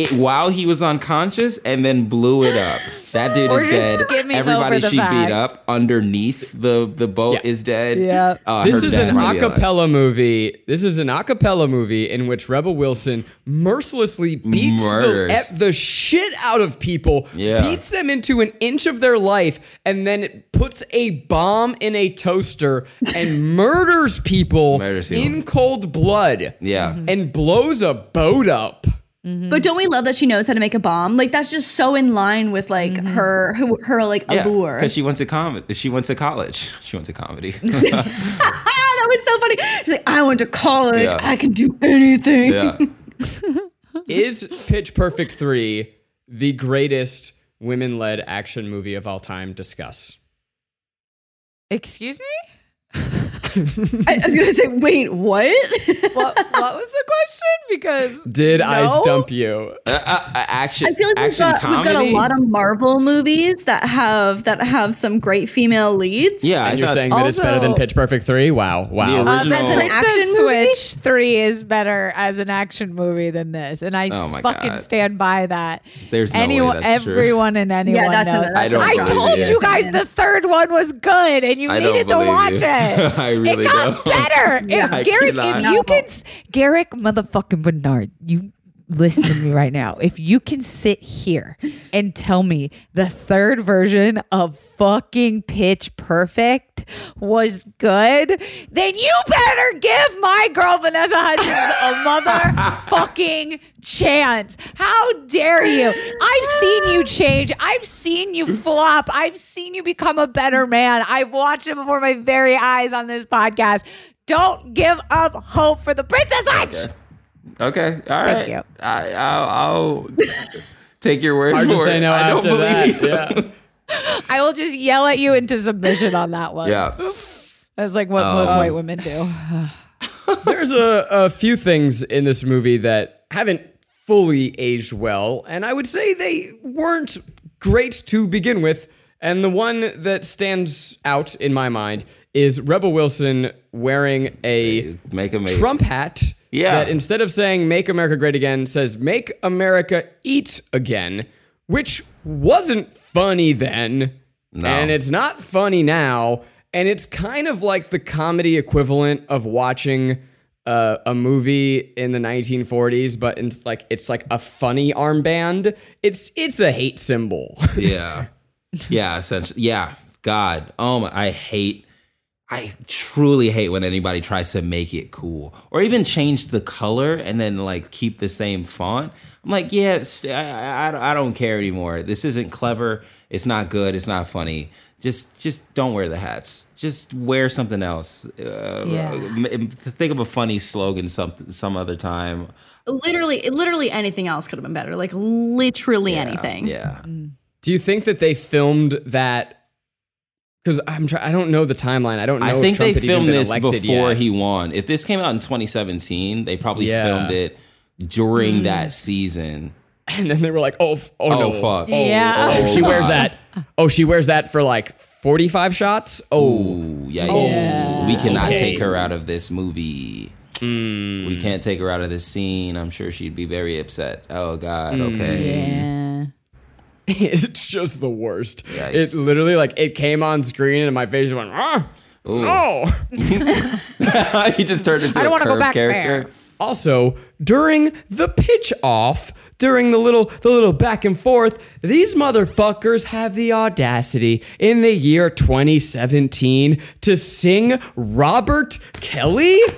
It, while he was unconscious and then blew it up. That dude
We're
is
just
dead.
skimming
Everybody
over the
she
fact.
beat up underneath the, the boat
Yeah.
is dead.
Yeah.
Uh,
This
her
is
dad
an
might be alive.
acapella movie. This is an acapella movie in which Rebel Wilson mercilessly beats the,
Murders.
ep- the shit out of people,
Yeah.
beats them into an inch of their life, and then puts a bomb in a toaster and murders people
Murders people.
in cold blood.
Yeah.
Mm-hmm.
And blows a boat up.
But don't we love that she knows how to make a bomb? Like that's just so in line with like
Mm-hmm.
her who her like allure.
because she went to comedy. She went to college. She went to comedy.
Ah, that was so funny. She's like, I went to college.
Yeah.
I can do anything.
yeah,
Is Pitch Perfect 3 the greatest women led action movie of all time? Discuss.
Excuse me?
I, I was gonna say, wait, what?
What, what was the question? Because
Did I
No?
stump you?
Uh, uh, uh, action.
I feel like we've
action
got, we've
comedy.
got a lot of Marvel movies that have that have some great female leads.
Yeah, I
and you're
thought
saying that it's better than
Also-
Pitch Perfect 3? Wow. Wow.
The
um,
original-
as an
Original-
action
Princess
Switch 3 is better as an action movie than this. And I
Oh my
fucking
God.
stand by that.
There's no way
anyone,
that's true.
Everyone and anyone
that's
knows.
another- I
don't
I
believe
told
it.
you guys the third one was good and you
I don't
needed to
believe
watch
you.
it.
I really
it got
don't.
better.
Yeah, I
if Garrick,
cannot.
if you can, s- Garrick motherfucking Bernard, you listen to me right now. If you can sit here and tell me the third version of fucking Pitch Perfect was good, then you better give my girl Vanessa Hudgens a motherfucking chance. How dare you? I've seen you change. I've seen you flop. I've seen you become a better man. I've watched it before my very eyes on this podcast. Don't give up hope for the Princess Hutch.
Okay, all right.
you.
I, I'll, I'll take your word
Hard to
for
say
it.
no
I don't
after
believe you.
that. Yeah.
I will just yell at you into submission on that one.
Yeah,
That's like what most white women do.
There's a, a few things in this movie that haven't fully aged well, and I would say they weren't great to begin with. And the one that stands out in my mind is Rebel Wilson wearing a
make a make.
Trump hat.
Yeah.
That instead of saying "Make America Great Again," says "Make America Eat Again," which wasn't funny then, and it's not funny now, and it's kind of like the comedy equivalent of watching uh, a movie in the 1940s, but it's like it's like a funny armband. It's it's a hate symbol.
Yeah, yeah, essentially. Yeah, God. Oh my, I hate. I truly hate when anybody tries to make it cool or even change the color and then like keep the same font. I'm like, yeah, it's, I, I, I don't care anymore. This isn't clever. It's not good. It's not funny. Just just don't wear the hats. Just wear something else. Uh,
Yeah.
m- Think of a funny slogan some some other time.
Literally, literally anything else could have been better. Like literally anything.
Yeah.
Do you think that they filmed that? Because I'm try- I don't know the timeline. I don't know.
I
if
think
Trump
they
had even
filmed
been
this
elected
before
yet.
he won. If this came out in 2017, they probably
Yeah.
filmed it during
Mm.
that season.
And then they were like, oh, f- oh,
Oh,
no.
fuck.
Yeah.
Oh,
She wears
God.
that. Oh, she wears that for like 45 shots. Oh,
Ooh, yikes.
Yeah.
We cannot
Okay. Hmm.
take her out of this movie. We can't take her out of this scene. I'm sure she'd be very upset. Oh, God.
Hmm.
Okay.
Yeah.
it's just the worst. It
Yikes.
literally like it came on screen and my face went, ah,
Ooh.
no.
he just turned into
I don't
a
wanna go
curve
back
character.
Also, during the pitch off, during the little the little back and forth, these motherfuckers have the audacity in the year 2017 to sing Robert Kelly?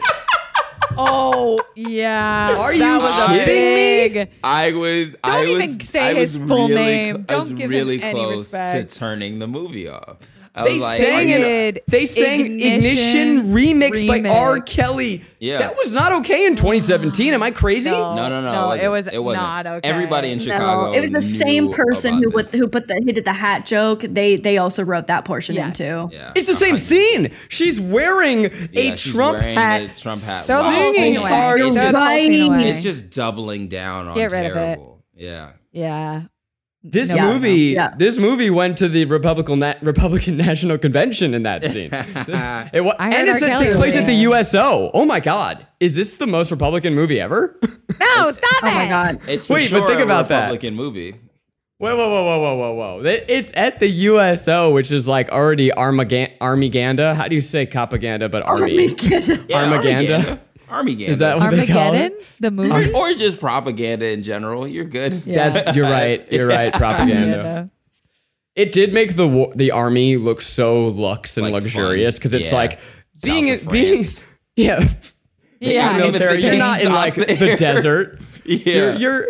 Oh, yeah.
Are
that
you
was a
kidding
big.
me?
I was. Don't I
even
was,
say
I
his
was
full
really
name.
cl- I
Don't
was
give him
really
any
close
respect.
to turning the movie off. I
They
was like,
sang
are you-
Ignited.
it. They sang ignition,
Ignition
remix, by
remix.
R. Kelly.
Yeah.
that was not okay in 2017. Am I crazy?
No.
No, no, no.
No,
wasn't.
it was
wasn't.
not okay.
Everybody in Chicago.
No, it was the same
knew
person
about
who
this.
was, who put the who did the hat joke. They they also wrote that portion
Yes.
into. in too.
Yeah,
It's the same scene. She's wearing
Yeah,
a
she's
Trump
wearing
hat.
the Trump hat.
Throw the whole
Singing
scene away.
are
Throw the whole
right.
scene away.
It's just doubling down on
Get rid of it.
terrible. Yeah.
yeah.
This
No, no, no.
movie,
Yeah.
this movie went to the Republican Na- Republican National Convention in that scene. it wa-
I heard
and it's,
R.
it
Kelly
takes
was
place at the
in it.
USO. Oh my God, is this the most Republican movie ever? wait,
No, stop it.
Oh my god.
It's for
Wait, but
sure
think
a
about that.
Republican movie.
whoa, whoa, whoa, whoa, whoa, whoa! It- It's at the USO, which is like already Armagan- Armaganda. How do you say propaganda? But army.
Yeah,
Armaganda?
Armaganda.
Is that what they call
Armageddon,
it?
the movie.
Or- or just propaganda in general. You're good.
Yeah.
That's you're right. You're right. Propaganda.
Armageddon.
It did make the war- the army look so luxe and
Like
luxurious
fun.
because it's
Yeah.
like being
South of
being
France.
yeah.
Yeah.
Even if
military.
they
You're not in
stop
like the
there.
desert. You're,
Yeah.
you're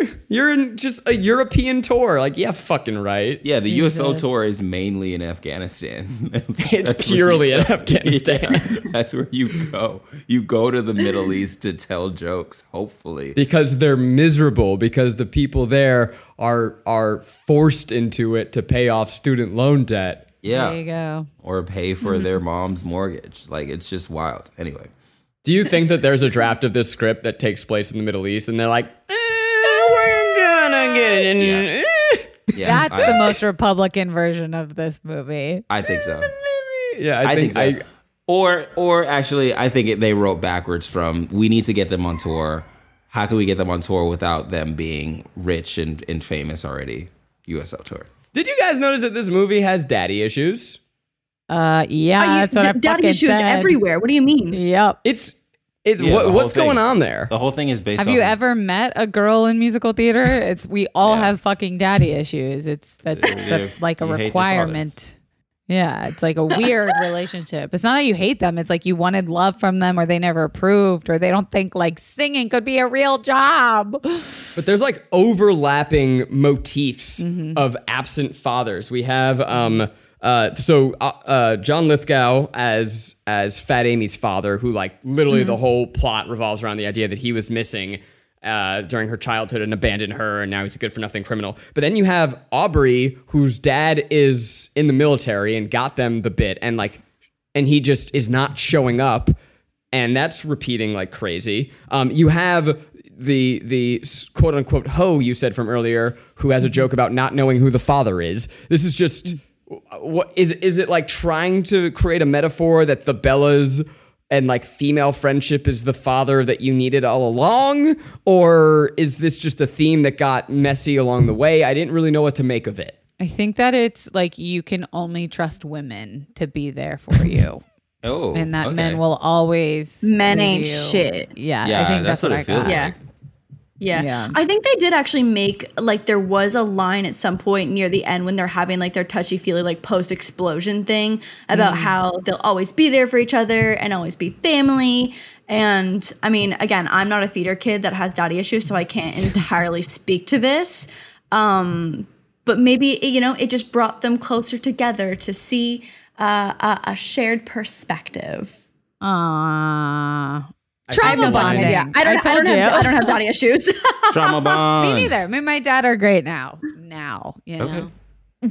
you're in just a European tour. Like yeah, fucking right.
yeah, the USO
Jesus.
tour is mainly in Afghanistan. That's-
It's
that's where you
purely in
go.
Afghanistan
Yeah, that's where you go. You go to the Middle East to tell jokes, hopefully.
because they're miserable because the people there are are forced into it to pay off student loan debt.
Yeah.
There you go.
Or pay for
Mm-hmm.
their mom's mortgage. Like it's just wild. Anyway.
Do you think that there's a draft of this script that takes place in the Middle East and they're like, "Eh, we're gonna get it in-
Yeah.
eh."
Yeah.
That's
I,
the most Republican version of this movie.
I think so.
Yeah, I,
I
think,
think, so.
I
or or actually I think it, they wrote backwards from we need to get them on tour. How can we get them on tour without them being rich and, and famous already? USL tour.
did. You guys notice that this movie has daddy issues?
Uh, yeah,
Are you-
that's what I
d- daddy
fucking
issues
said.
everywhere. What do you mean?
Yep.
It's it's
Yeah,
what-
the whole
what's
thing.
going on there?
The whole thing is based
Have
on
you ever met a girl in musical theater? It's we all
Yeah.
have fucking daddy issues. It's that's,
Yeah,
that's like a
you hate your
requirement. Yeah, it's like a weird relationship. It's not that you hate them. It's like you wanted love from them, or they never approved, or they don't think like singing could be a real job.
But there's like overlapping motifs of absent fathers. We have um uh so uh, uh John Lithgow as as Fat Amy's father who like literally the whole plot revolves around the idea that he was missing uh, during her childhood and abandoned her, and now he's a good for nothing criminal. But then you have Aubrey, whose dad is in the military and got them the bit, and like, and he just is not showing up and that's repeating like crazy. Um, you have the the quote unquote hoe you said from earlier, who has a joke about not knowing who the father is. This is just what is is it like trying to create a metaphor that the Bellas and like female friendship is the father that you needed all along, or is this just a theme that got messy along the way? I didn't really know what to make of it.
I think that it's like you can only trust women to be there for you,
Oh,
and that
okay.
men will always
Men
leave
ain't
you.
shit.
Yeah,
Yeah,
I think
that's
that's,
what
what,
it
I
feels
got.
like.
Yeah. Yeah.
Yeah.
I think they did actually make like there was a line at some point near the end when they're having like their touchy feely like post explosion thing about how they'll always be there for each other and always be family. And I mean, again, I'm not a theater kid that has daddy issues, so I can't entirely speak to this. Um, but maybe you know, it just brought them closer together to see uh, a, a shared perspective.
Ah,
Trauma
trauma
bonding.
bonding.
Yeah.
I don't,
I
I,
told
don't have,
you.
I don't have daddy issues.
Trauma bond.
Me neither. Me and my dad are great now. Now, you know.
Okay.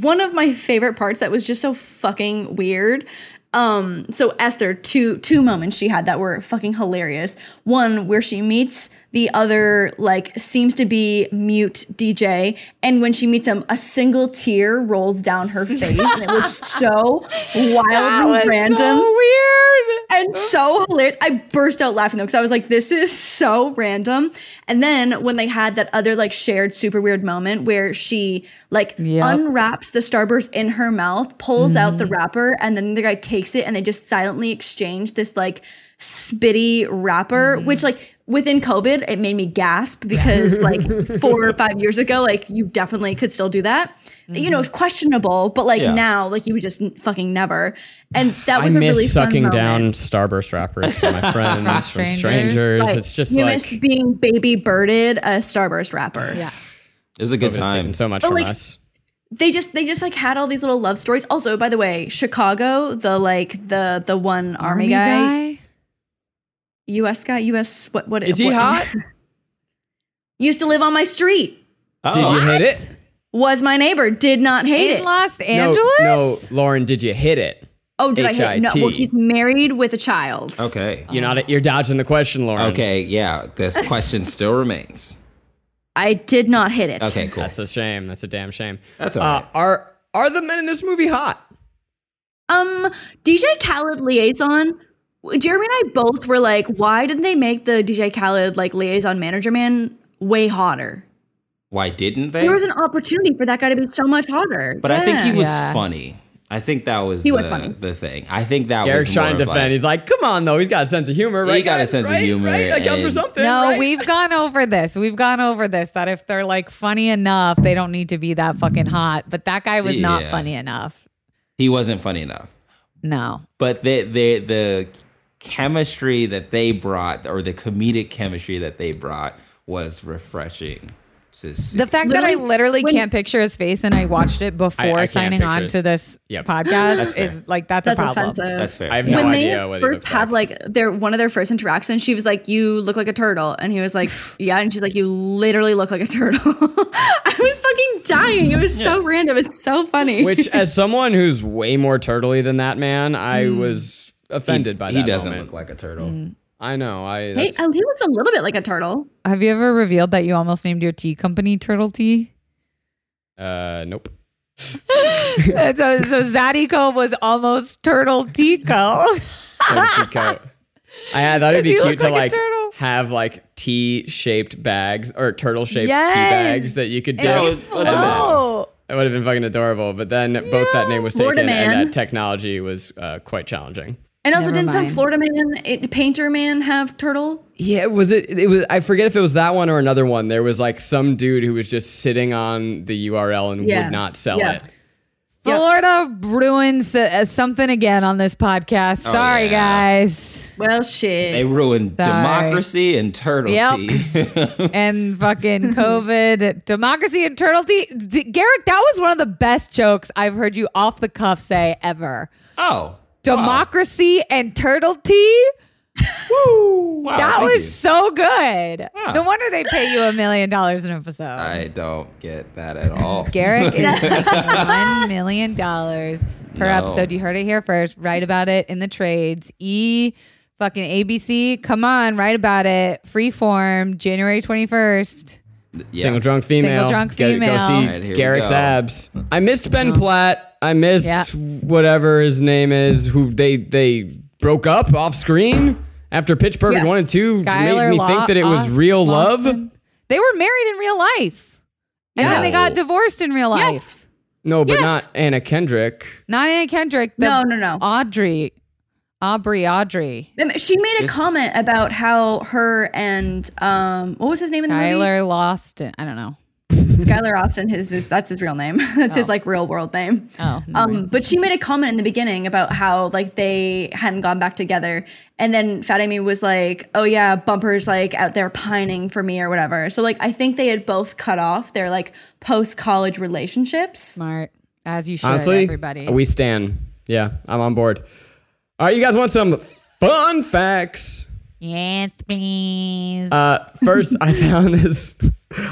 one of my favorite parts that was just so fucking weird. Um, so Esther, two two moments she had that were fucking hilarious. One where she meets the other, like seems to be mute DJ, and when she meets him, a single tear rolls down her face, and it was so wildly random
So weird.
and so hilarious. I burst out laughing though because I was like, "This is so random." And then when they had that other like shared super weird moment where she like
Yep.
unwraps the starburst in her mouth, pulls out
Mm-hmm.
the wrapper, and then the guy takes it, and they just silently exchange this like spitty wrapper,
Mm-hmm.
which like within COVID, it made me gasp because like four or five years ago, like you definitely could still do that. You
Mm-hmm.
know, it's questionable, but like
Yeah.
now, like you would just n- fucking never. And that was
I
a
miss
really
sucking
fun moment.
down Starburst wrappers from my friends, from
strangers.
strangers.
Right.
It's just
you
like
miss being baby birded a starburst rapper.
Yeah.
It was a good
It's taken
time.
so much
But,
from
like,
us.
they just they just like had all these little love stories. Also, by the way, Chicago, the like the the one army, guy, U.S. guy, U.S. What what
Is he
what-
hot?
used to live on my street.
Did you
Oh,
hit it?
Was my neighbor. Did not hate
in
it.
Los
No,
Angeles.
no, Lauren, did you hit it?
oh, did I hate? it? No. Well,
HIT.
he's married with a child.
okay.
You're not. You're dodging the question, Lauren.
Okay, yeah. This question still remains.
I did not hit it.
Okay, cool.
That's a shame. That's a damn shame.
That's
uh,
all right.
Are are the men in this movie hot?
Um, DJ Khaled liaison. Jeremy and I both were like, why didn't they make the DJ Khaled like liaison manager man way hotter?
Why didn't they?
There was an opportunity for that guy to be so much hotter.
But I think he was
Yeah.
funny. I think that was
He
the,
was funny.
the thing. I think that
Derek's
was more
trying to
of, like-
defend. he's like, come on though. He's got a sense of humor, right?
got a
guys?
sense of
Right?
humor,
Right? Like, goes for
and-
something.
No,
right?
we've gone over this. We've gone over this that if they're like funny enough, they don't need to be that fucking hot. But that guy was not
Yeah.
funny enough.
he wasn't funny enough.
No.
But the the the chemistry that they brought, or the comedic chemistry that they brought, was refreshing to see.
The fact that I
Literally,
literally
when-
can't picture his face and I watched it before
can't
signing on
picture
to this
Yep.
podcast is like that's,
That's
a problem.
offensive.
That's fair.
I have
when
no
they
idea what he
first
looks
have like their one of their first interactions, she was like, "You look like a turtle," and he was like, "Yeah," and she's like, "You literally look like a turtle." I was fucking dying. It was so random. It's so funny.
Which, as someone who's way more turtly than that man, I was offended by that.
he doesn't
moment.
look like a turtle.
Mm.
I know. I.
Hey,
that's-
oh, he looks a little bit like a turtle.
Have you ever revealed that you almost named your tea company Turtle Tea?
Uh, nope.
so, so Zadiko was almost Turtle Tico.
Turkey coat. I, I thought it'd be
Does he
cute
look
to
like
like
a turtle?
have like T-shaped bags or turtle-shaped
Yes.
tea bags that you could do.
That was- what a man.
oh.
It would have been fucking adorable, but then both that name was taken
Florida man.
and that technology was uh, quite challenging.
And also,
Never
didn't some
mind.
Florida man, it, painter man, have turtle?
Yeah, was it? It was. I forget if it was that one or another one. There was like some dude who was just sitting on the URL and
Yeah.
would not sell
Yeah.
it.
Yep.
Florida Bruins uh, something again on this podcast. Sorry,
Oh, yeah.
guys.
Well, shit.
They ruined
Sorry.
democracy and turtle
Yep.
tea.
And fucking COVID, democracy and turtle tea. D- Garrick, that was one of the best jokes I've heard you off the cuff say ever.
oh,
Democracy and turtle tea?
Woo. Wow,
That
thank
was
you.
so good.
Wow.
No wonder they pay you a million dollars an episode.
I don't get that at all.
Garrick is making one million dollars per
No.
episode. You heard it here first. Write about it in the trades. E fucking ABC. Come on, write about it. Freeform, January twenty first.
Yeah.
Single drunk female.
drunk
Go- Go,
female.
see
Alright, here we
Garrick's
go. Mm.
abs. I missed Ben Platt. I missed
Yeah.
whatever his name is. Who they they broke up off screen after Pitch Perfect
Yes.
one and two made
Skylar
me
Law-
think that it was
Aus-
real love.
Lawson. They were married in real life, and then they
No.
got divorced in real life.
yes.
No, but
Yes.
not Anna Kendrick.
Not Anna Kendrick. the
No, no, no.
Audrey, Aubrey, Audrey,
Um, She made a
This-
comment about how her and um, what was his name in the
Tyler Lawson. I don't know.
movie? Skylar Austin. His, his that's his real name. that's his like real world name.
Oh, no.
Um, but she made a comment in the beginning about how like they hadn't gone back together, and then Fat Amy was like, "Oh yeah, Bumper's like out there pining for me or whatever." So like I think they had both cut off their like post college relationships.
smart as you should.
Honestly,
everybody.
we stand. Yeah, I'm on board. All right, you guys want some fun facts?
yes, please.
Uh, first, I found this.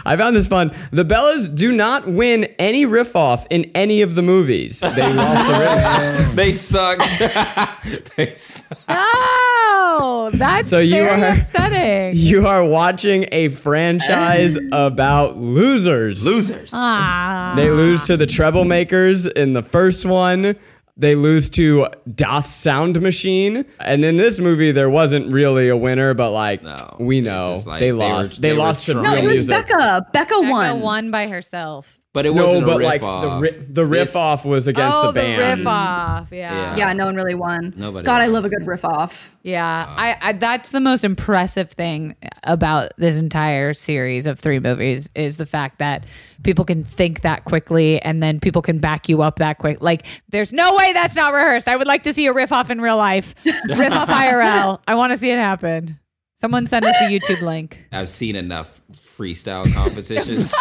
I found this fun. The Bellas do not win any riff off in any of the movies. They lost the riff.
They suck. they suck.
Oh, that's
So you
very
are-
upsetting.
You are watching a franchise about losers.
Losers.
Ah,
They lose to the treble makers in the first one. They lose to Das Sound Machine. And in this movie, there wasn't really a winner, but like,
No,
we
it's
know.
just like
they
they were-
lost.
they
They,
were
lost to
trying.
No,
real
it was
music.
Becca. Becca won.
one by herself.
But it
No,
wasn't a
but
riff
like
off.
the, ri- the riff
This-
off was against
oh,
the
the,
band.
riff off. Yeah, yeah.
Yeah.
Yeah, no one really won.
Nobody
God, I
won.
love a good riff off.
I, I that's the most impressive thing about this entire series of three movies is the fact that people can think that quickly and then people can back you up that quick. Like, there's no way that's not rehearsed. I would like to see a riff off in real life, riff off IRL. I want to see it happen. Someone send us a YouTube link.
I've seen enough freestyle competitions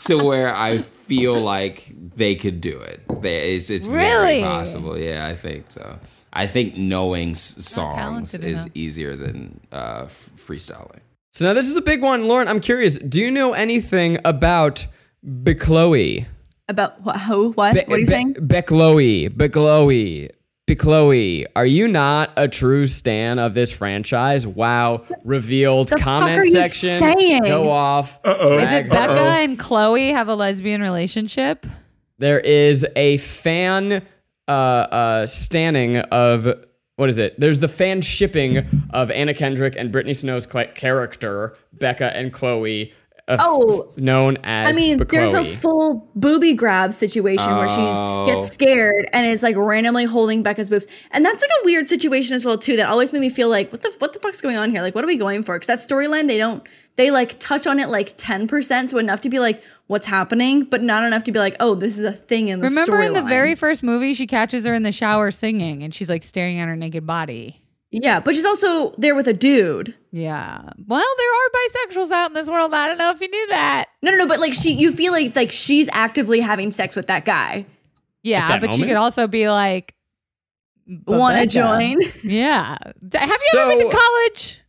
to where I feel like they could do it. They, it's it's
Really?
very possible. Yeah, I think so. I think knowing s- songs
talented
is
enough.
easier than uh, f- freestyling.
So now this is a big one, Lauren. I'm curious. Do you know anything about Bechloe?
About what? Who? What?
Be-
what are you
Be-
saying?
Bechloe, Bechloe, Bechloe. Are you not a true stan of this franchise? Wow! Revealed
fuck
comment
are you
section.
saying?
Go off. Uh-oh.
Is it Becca and Chloe have a lesbian relationship?
There is a fan uh, uh, standing of what is it? There's the fan shipping of Anna Kendrick and Britney Snow's cla character Becca and Chloe. uh,
Oh.
known as
I mean, there's a
Bechloe.
full booby grab situation where
Oh.
she gets scared and is like randomly holding Becca's boobs, and that's like a weird situation as well too. That always made me feel like, what the what the fuck's going on here? Like, what are we going for? Because that storyline, they don't they like touch on it like ten percent, so enough to be like, what's happening, but not enough to be like, oh, this is a thing in the
Remember in the
storyline.
very first movie, she catches her in the shower singing and she's like staring at her naked body.
yeah, but she's also there with a dude.
Yeah. Well, there are bisexuals out in this world. I don't know if you knew that.
No, no, no, but like she, you feel like like she's actively having sex with that guy.
Yeah,
that
but she
moment?
could also be like,
Want to
Becca.
join?
yeah. D- Have you ever been to
So-
college?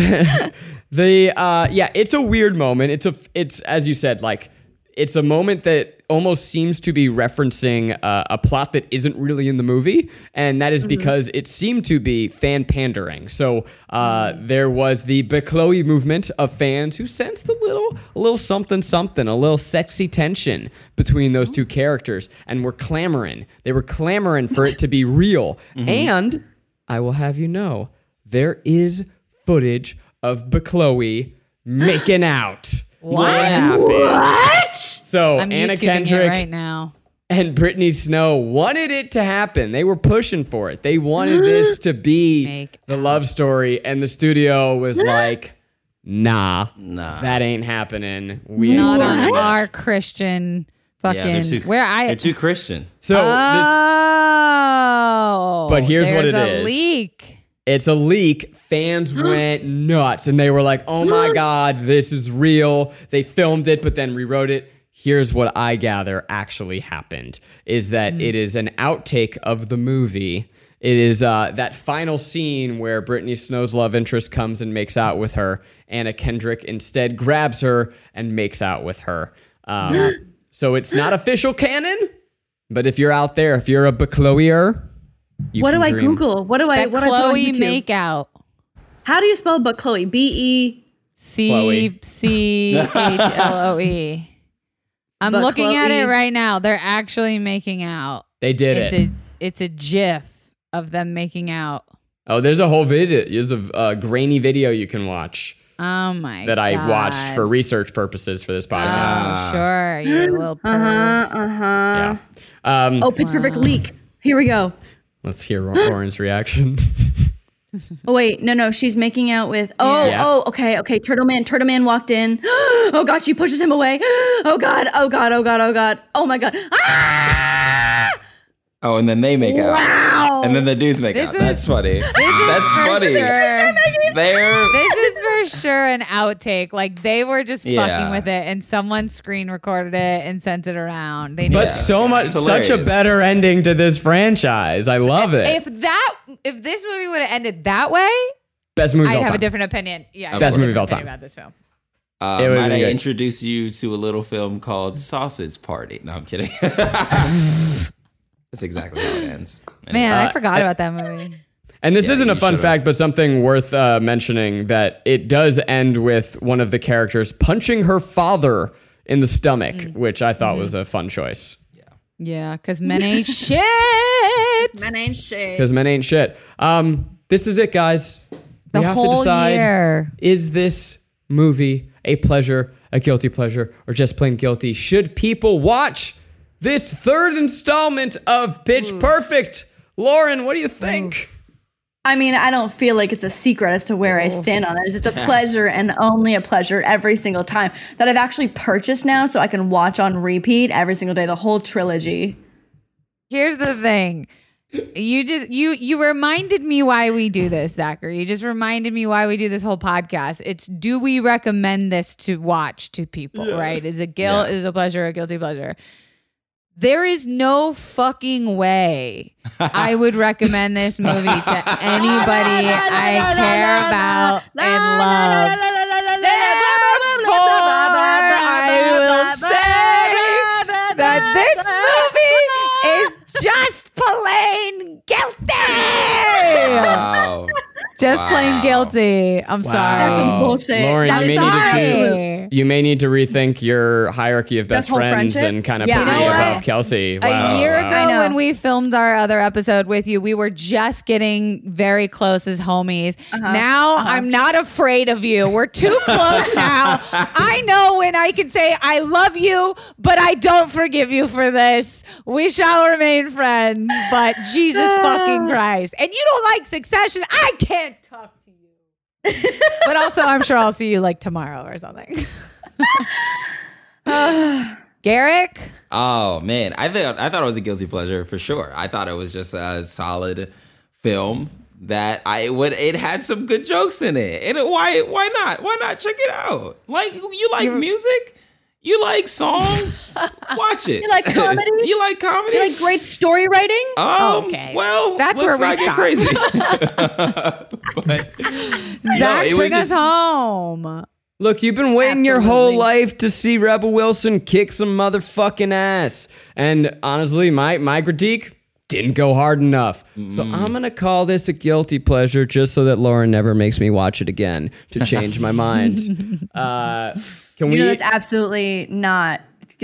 the uh yeah it's a weird moment it's a it's as you said like it's a moment that almost seems to be referencing uh, a plot that isn't really in the movie and that is because it seemed to be fan pandering so uh there was the Bechloe movement of fans who sensed a little a little something something a little sexy tension between those two characters and were clamoring they were clamoring for it to be real and I will have you know there is footage of Bechloe making out.
What?
happened?
What?
So
I'm
Anna
YouTubing it
Kendrick
right now.
and Brittany Snow wanted it to happen. They were pushing for it. They wanted this to be
Make
the love story, and the studio was like, "Nah,
Nah.
that ain't happening." We ain't
Not
doing
on
this."
our Christian
Yeah, they're
fucking.
too,
where I.
they're too Christian.
So this,
oh.
But here's what
there's
it
a
is.
leak.
It's a leak. Fans went nuts and they were like, oh my God, this is real. They filmed it, but then rewrote it. Here's what I gather actually happened is that it is an outtake of the movie. It is uh, that final scene where Brittany Snow's love interest comes and makes out with her. Anna Kendrick instead grabs her and makes out with her. Um, so it's not official canon, but if you're out there, if you're a Bechloeier, you
What
can
do I
dream.
Google? What do I?
That
What do I put on
Chloe
YouTube?
make out.
How do you spell but Chloe? B E.
Chloe.
C C H L O E. I'm
But
looking at it
Chloe-
right now. They're actually making out.
They did
It's
it.
a it's a GIF of them making out.
Oh, there's a whole video. There's a uh, grainy video you can watch
Oh my!
that I watched
God.
for research purposes for this podcast.
Oh, sure, you little perv.
Uh huh.
yeah. Um,
Oh, pitch perfect leak. Here we go.
Let's hear Ro- Lauren's reaction.
Oh wait, no, no, she's making out with. Oh,
Yeah.
oh, okay, okay. Turtle man, Turtle man walked in. oh god, she pushes him away. oh god, oh god, oh god, oh god, oh my god. Ah!
Oh, and then they make out.
Ow!
And then the dudes make
This
out.
was-
That's funny. That's
For
funny.
sure.
They're
This is for sure an outtake. Like they were just
Yeah.
fucking with it, and someone screen recorded it and sent it around. They
But
Yeah.
so much,
It's
such a
hilarious.
better ending to this franchise. I love it.
if that if this movie would have ended that way,
Best movie. of
I'd
all
have a
time.
different opinion. Yeah,
Best
I'm
movie of all
disappointed
time.
About this film.
Uh,
It would've
might
been
I
good.
introduce you to a little film called Sausage Party? No, I'm kidding. That's exactly how it ends. Anyway.
Man, I forgot about that movie.
And this
Yeah,
isn't a
you
fun
should've.
fact, but something worth uh, mentioning that it does end with one of the characters punching her father in the stomach,
Mm.
which I thought
Mm-hmm.
was a fun choice.
Yeah, because men ain't shit.
Man ain't shit.
because men ain't shit. Um, this is it, guys.
The
we have to
whole
decide:
year.
is this movie a pleasure, a guilty pleasure, or just plain guilty? Should people watch this third installment of
Hmm.
Pitch Perfect? Lauren, what do you think?
I mean, I don't feel like it's a secret as to where I stand on this. It's a pleasure and only a pleasure every single time that I've actually purchased now, so I can watch on repeat every single day the whole trilogy.
Here's the thing. You just you you reminded me why we do this, Zachary. You just reminded me why we do this whole podcast. It's do we recommend this to watch to people, right? Is it guilt, is it a pleasure, a guilty pleasure? There is no fucking way I would recommend this movie to anybody I care about and love. that this movie is just plain guilty.
Wow.
just plain
Wow.
guilty. I'm
That's
sorry.
some bullshit.
Lauren,
That
you
is
may need to
absolute-
sorry.
You may need to rethink your hierarchy of
This
best
whole
friends
friendship?
and kind of
Yeah.
put
You
me
know what?
above Kelsey. Wow,
a year
wow.
ago
know.
when we filmed our other episode with you, we were just getting very close as homies. Now I'm not afraid of you. We're too close now. I know when I can say I love you, but I don't forgive you for this. We shall remain friends, but Jesus fucking Christ. And you don't like succession. I can't talk to you. but also, I'm sure I'll see you like tomorrow or something. Garrick?
Oh man, I thought I thought it was a guilty pleasure for sure. I thought it was just a solid film that I would. It had some good jokes in it, and it- why why not? Why not check it out? Like you like music, you like songs, watch it.
You like comedy?
you like comedy?
You like great story writing?
Oh,
Um,
Okay.
Well,
That's
let's
where we
not get
stop.
crazy. but, you know,
Zach,
it was
bring
just-
us home.
Look, you've been waiting your whole
Absolutely.
life to see Rebel Wilson kick some motherfucking ass. And honestly, my my critique didn't go hard enough. So
Mm.
I'm gonna call this a guilty pleasure just so that Lauren never makes me watch it again to change my mind. Uh, can
You know
we
that's absolutely not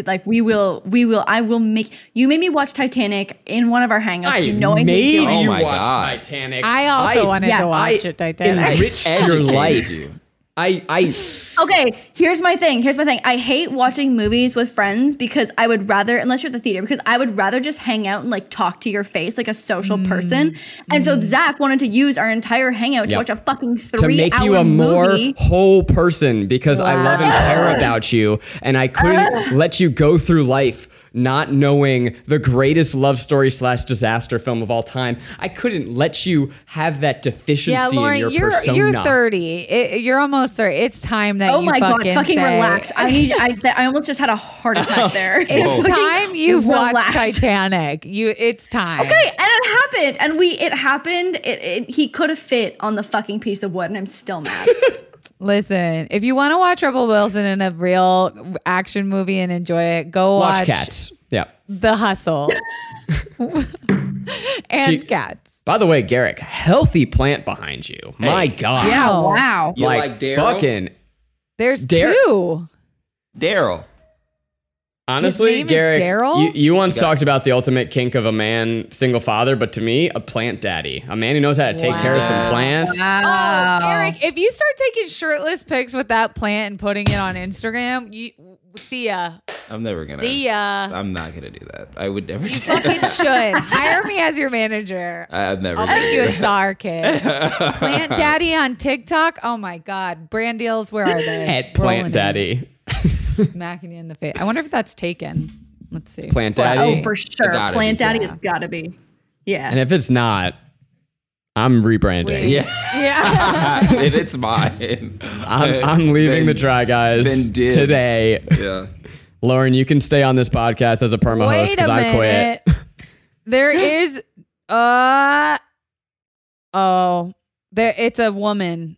like we will we will I will make you made me watch Titanic in one of our hangouts.
I
you know I
made you
did.
Oh my
watch
God.
Titanic.
I also wanted
yeah,
to watch it, Titanic.
enriched your
Educated
life.
you.
I I
Okay, here's my thing. Here's my thing. I hate watching movies with friends because I would rather, unless you're at the theater, because I would rather just hang out and like talk to your face like a social person. And so Zach wanted to use our entire hangout to
Yep.
watch a fucking
to
three
make
hour
you a
movie.
more whole person because I love and care about you, and I couldn't let you go through life not knowing the greatest love story slash disaster film of all time. I couldn't let you have that deficiency
Yeah, Lauren,
in your
you're
persona.
you're 30. It, you're almost 30. It's time that
Oh
you
my
fucking
god, fucking
say-
relax. I need I I almost just had a heart attack there.
Whoa.
It's time you've watched
relax.
Titanic. You, it's time.
Okay, and it happened, and we it happened. It, it he could have fit on the fucking piece of wood, and I'm still mad.
Listen, if you want to watch Rebel Wilson in a real action movie and enjoy it, go
watch,
watch,
cats. Yeah.
The Hustle and
She-
Cats.
By the way, Garrick, healthy plant behind you. My God.
Oh.
wow.
You like, Daryl?
fucking
There's
Dare-
two.
Daryl.
Honestly,
name is
Garrick,
Daryl?
you, you once talked about the ultimate kink of a man, single father, but to me, a plant daddy, a man who knows how to take care of some
Wow.
plants.
Oh, Eric, if you start taking shirtless pics with that plant and putting it on Instagram, you see ya.
I'm never gonna.
See ya.
I'm not gonna do that. I would never. do that.
Fucking should. Hire me as your manager.
I- I'm never.
I'll
gonna
make
do
you a
that.
star kid. Plant Daddy on TikTok. Oh my God. Brand deals, where are they?
at
Rolling
Plant
in,
Daddy.
smacking you in the face. I wonder if that's taken. Let's see.
Plant Daddy.
Oh, for sure.
gotta be,
Plant Daddy,
yeah.
it's gotta be. Yeah.
and if it's not, I'm rebranding.
Wait.
Yeah,
Yeah.
if it's mine,
I'm, I'm leaving the
Then-
Try Guys
then dibs.
today.
Yeah.
Lauren, you can stay on this podcast as a perma host
Wait a
because I quit.
minute. there is uh oh there it's a woman.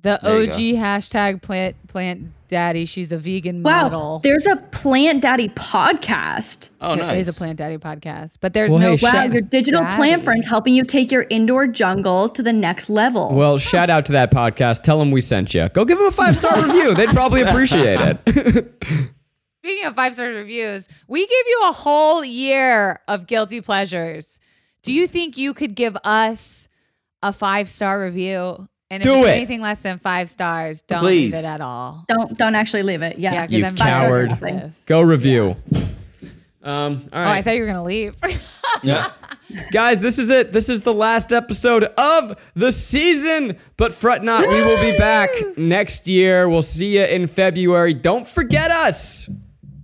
The
There you
OG hashtag plant plant daddy. She's a vegan
wow.
model.
There's a Plant Daddy podcast.
Oh,
There
nice.
is a plant daddy podcast, but there's
Well,
no
hey,
Wow,
Shut-
your digital
Daddy.
plant friends helping you take your indoor jungle to the next level.
Well, shout out to that podcast. Tell them we sent you. Go give them a five star review. They'd probably appreciate it.
Speaking of five stars reviews, we give you a whole year of guilty pleasures. Do you think you could give us a five star review? And if
Do
it's
it.
anything less than five stars, don't leave
Please.
it at all.
don't don't actually leave it. Yeah.
Yeah, because
you
I'm
coward.
Five stars are
Go review. Um, all
Oh, I
right.
thought you were gonna leave.
Yeah.
Guys, this is it. This is the last episode of the season. But fret not, we will be back next year. We'll see you in February. Don't forget us.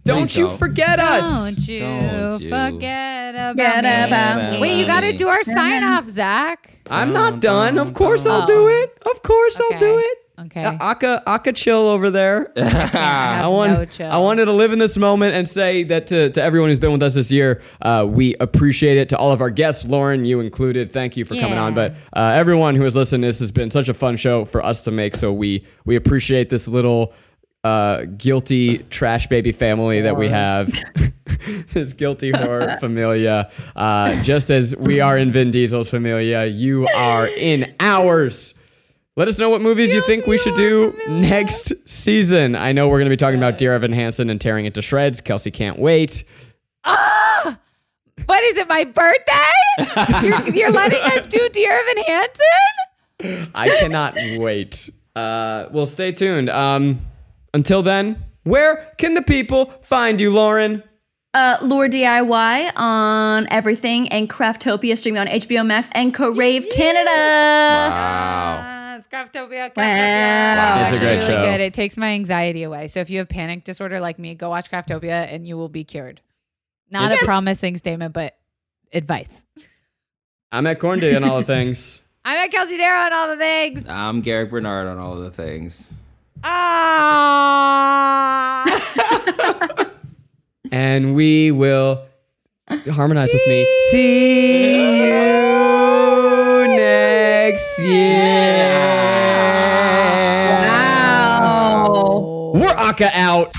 Don't
Please
you
don't.
forget us.
Don't you
Don't you
forget about
forget
me.
about me.
Wait, you got to do our
Remember.
sign off, Zach.
I'm
Dun,
not done. Of
dun,
course
dun.
I'll do it. Of course I'll do
Oh. Okay.
it.
Okay.
Uh, Aka Aka chill over there.
I,
I
have
want
no chill.
I wanted to live in this moment and say that to, to everyone who's been with us this year, uh, we appreciate it. To all of our guests, Lauren, you included, thank you for coming
Yeah.
on. But uh, everyone who has listened, this has been such a fun show for us to make. So we we appreciate this little uh, guilty trash baby family that we have. this guilty horror familia. Uh, just as we are in Vin Diesel's familia, you are in ours. Let us know what movies you think we should do next season. I know we're going to be talking about Dear Evan Hansen and tearing it to shreds. Kelsey can't wait.
What is it, my birthday? you're, you're letting us do Dear Evan Hansen?
I cannot wait. Uh, well, stay tuned. Um, until then, where can the people find you, Lauren?
Uh, Lore DIY on everything and Craftopia streaming on HBO Max and Crave Canada.
Wow.
Uh, it's Craftopia. Craftopia.
Wow.
It's a
actually
great
really
show.
good. It takes my anxiety away. So if you have panic disorder like me, go watch Craftopia and you will be cured. Not a promising statement, but advice.
I'm at Cornday and all the things.
I'm at Kelsey Darrow and all the things.
I'm Garrick Bernard on all of the things.
Ah.
And we will harmonize with me. See you next year.
Wow.
We're Aka out.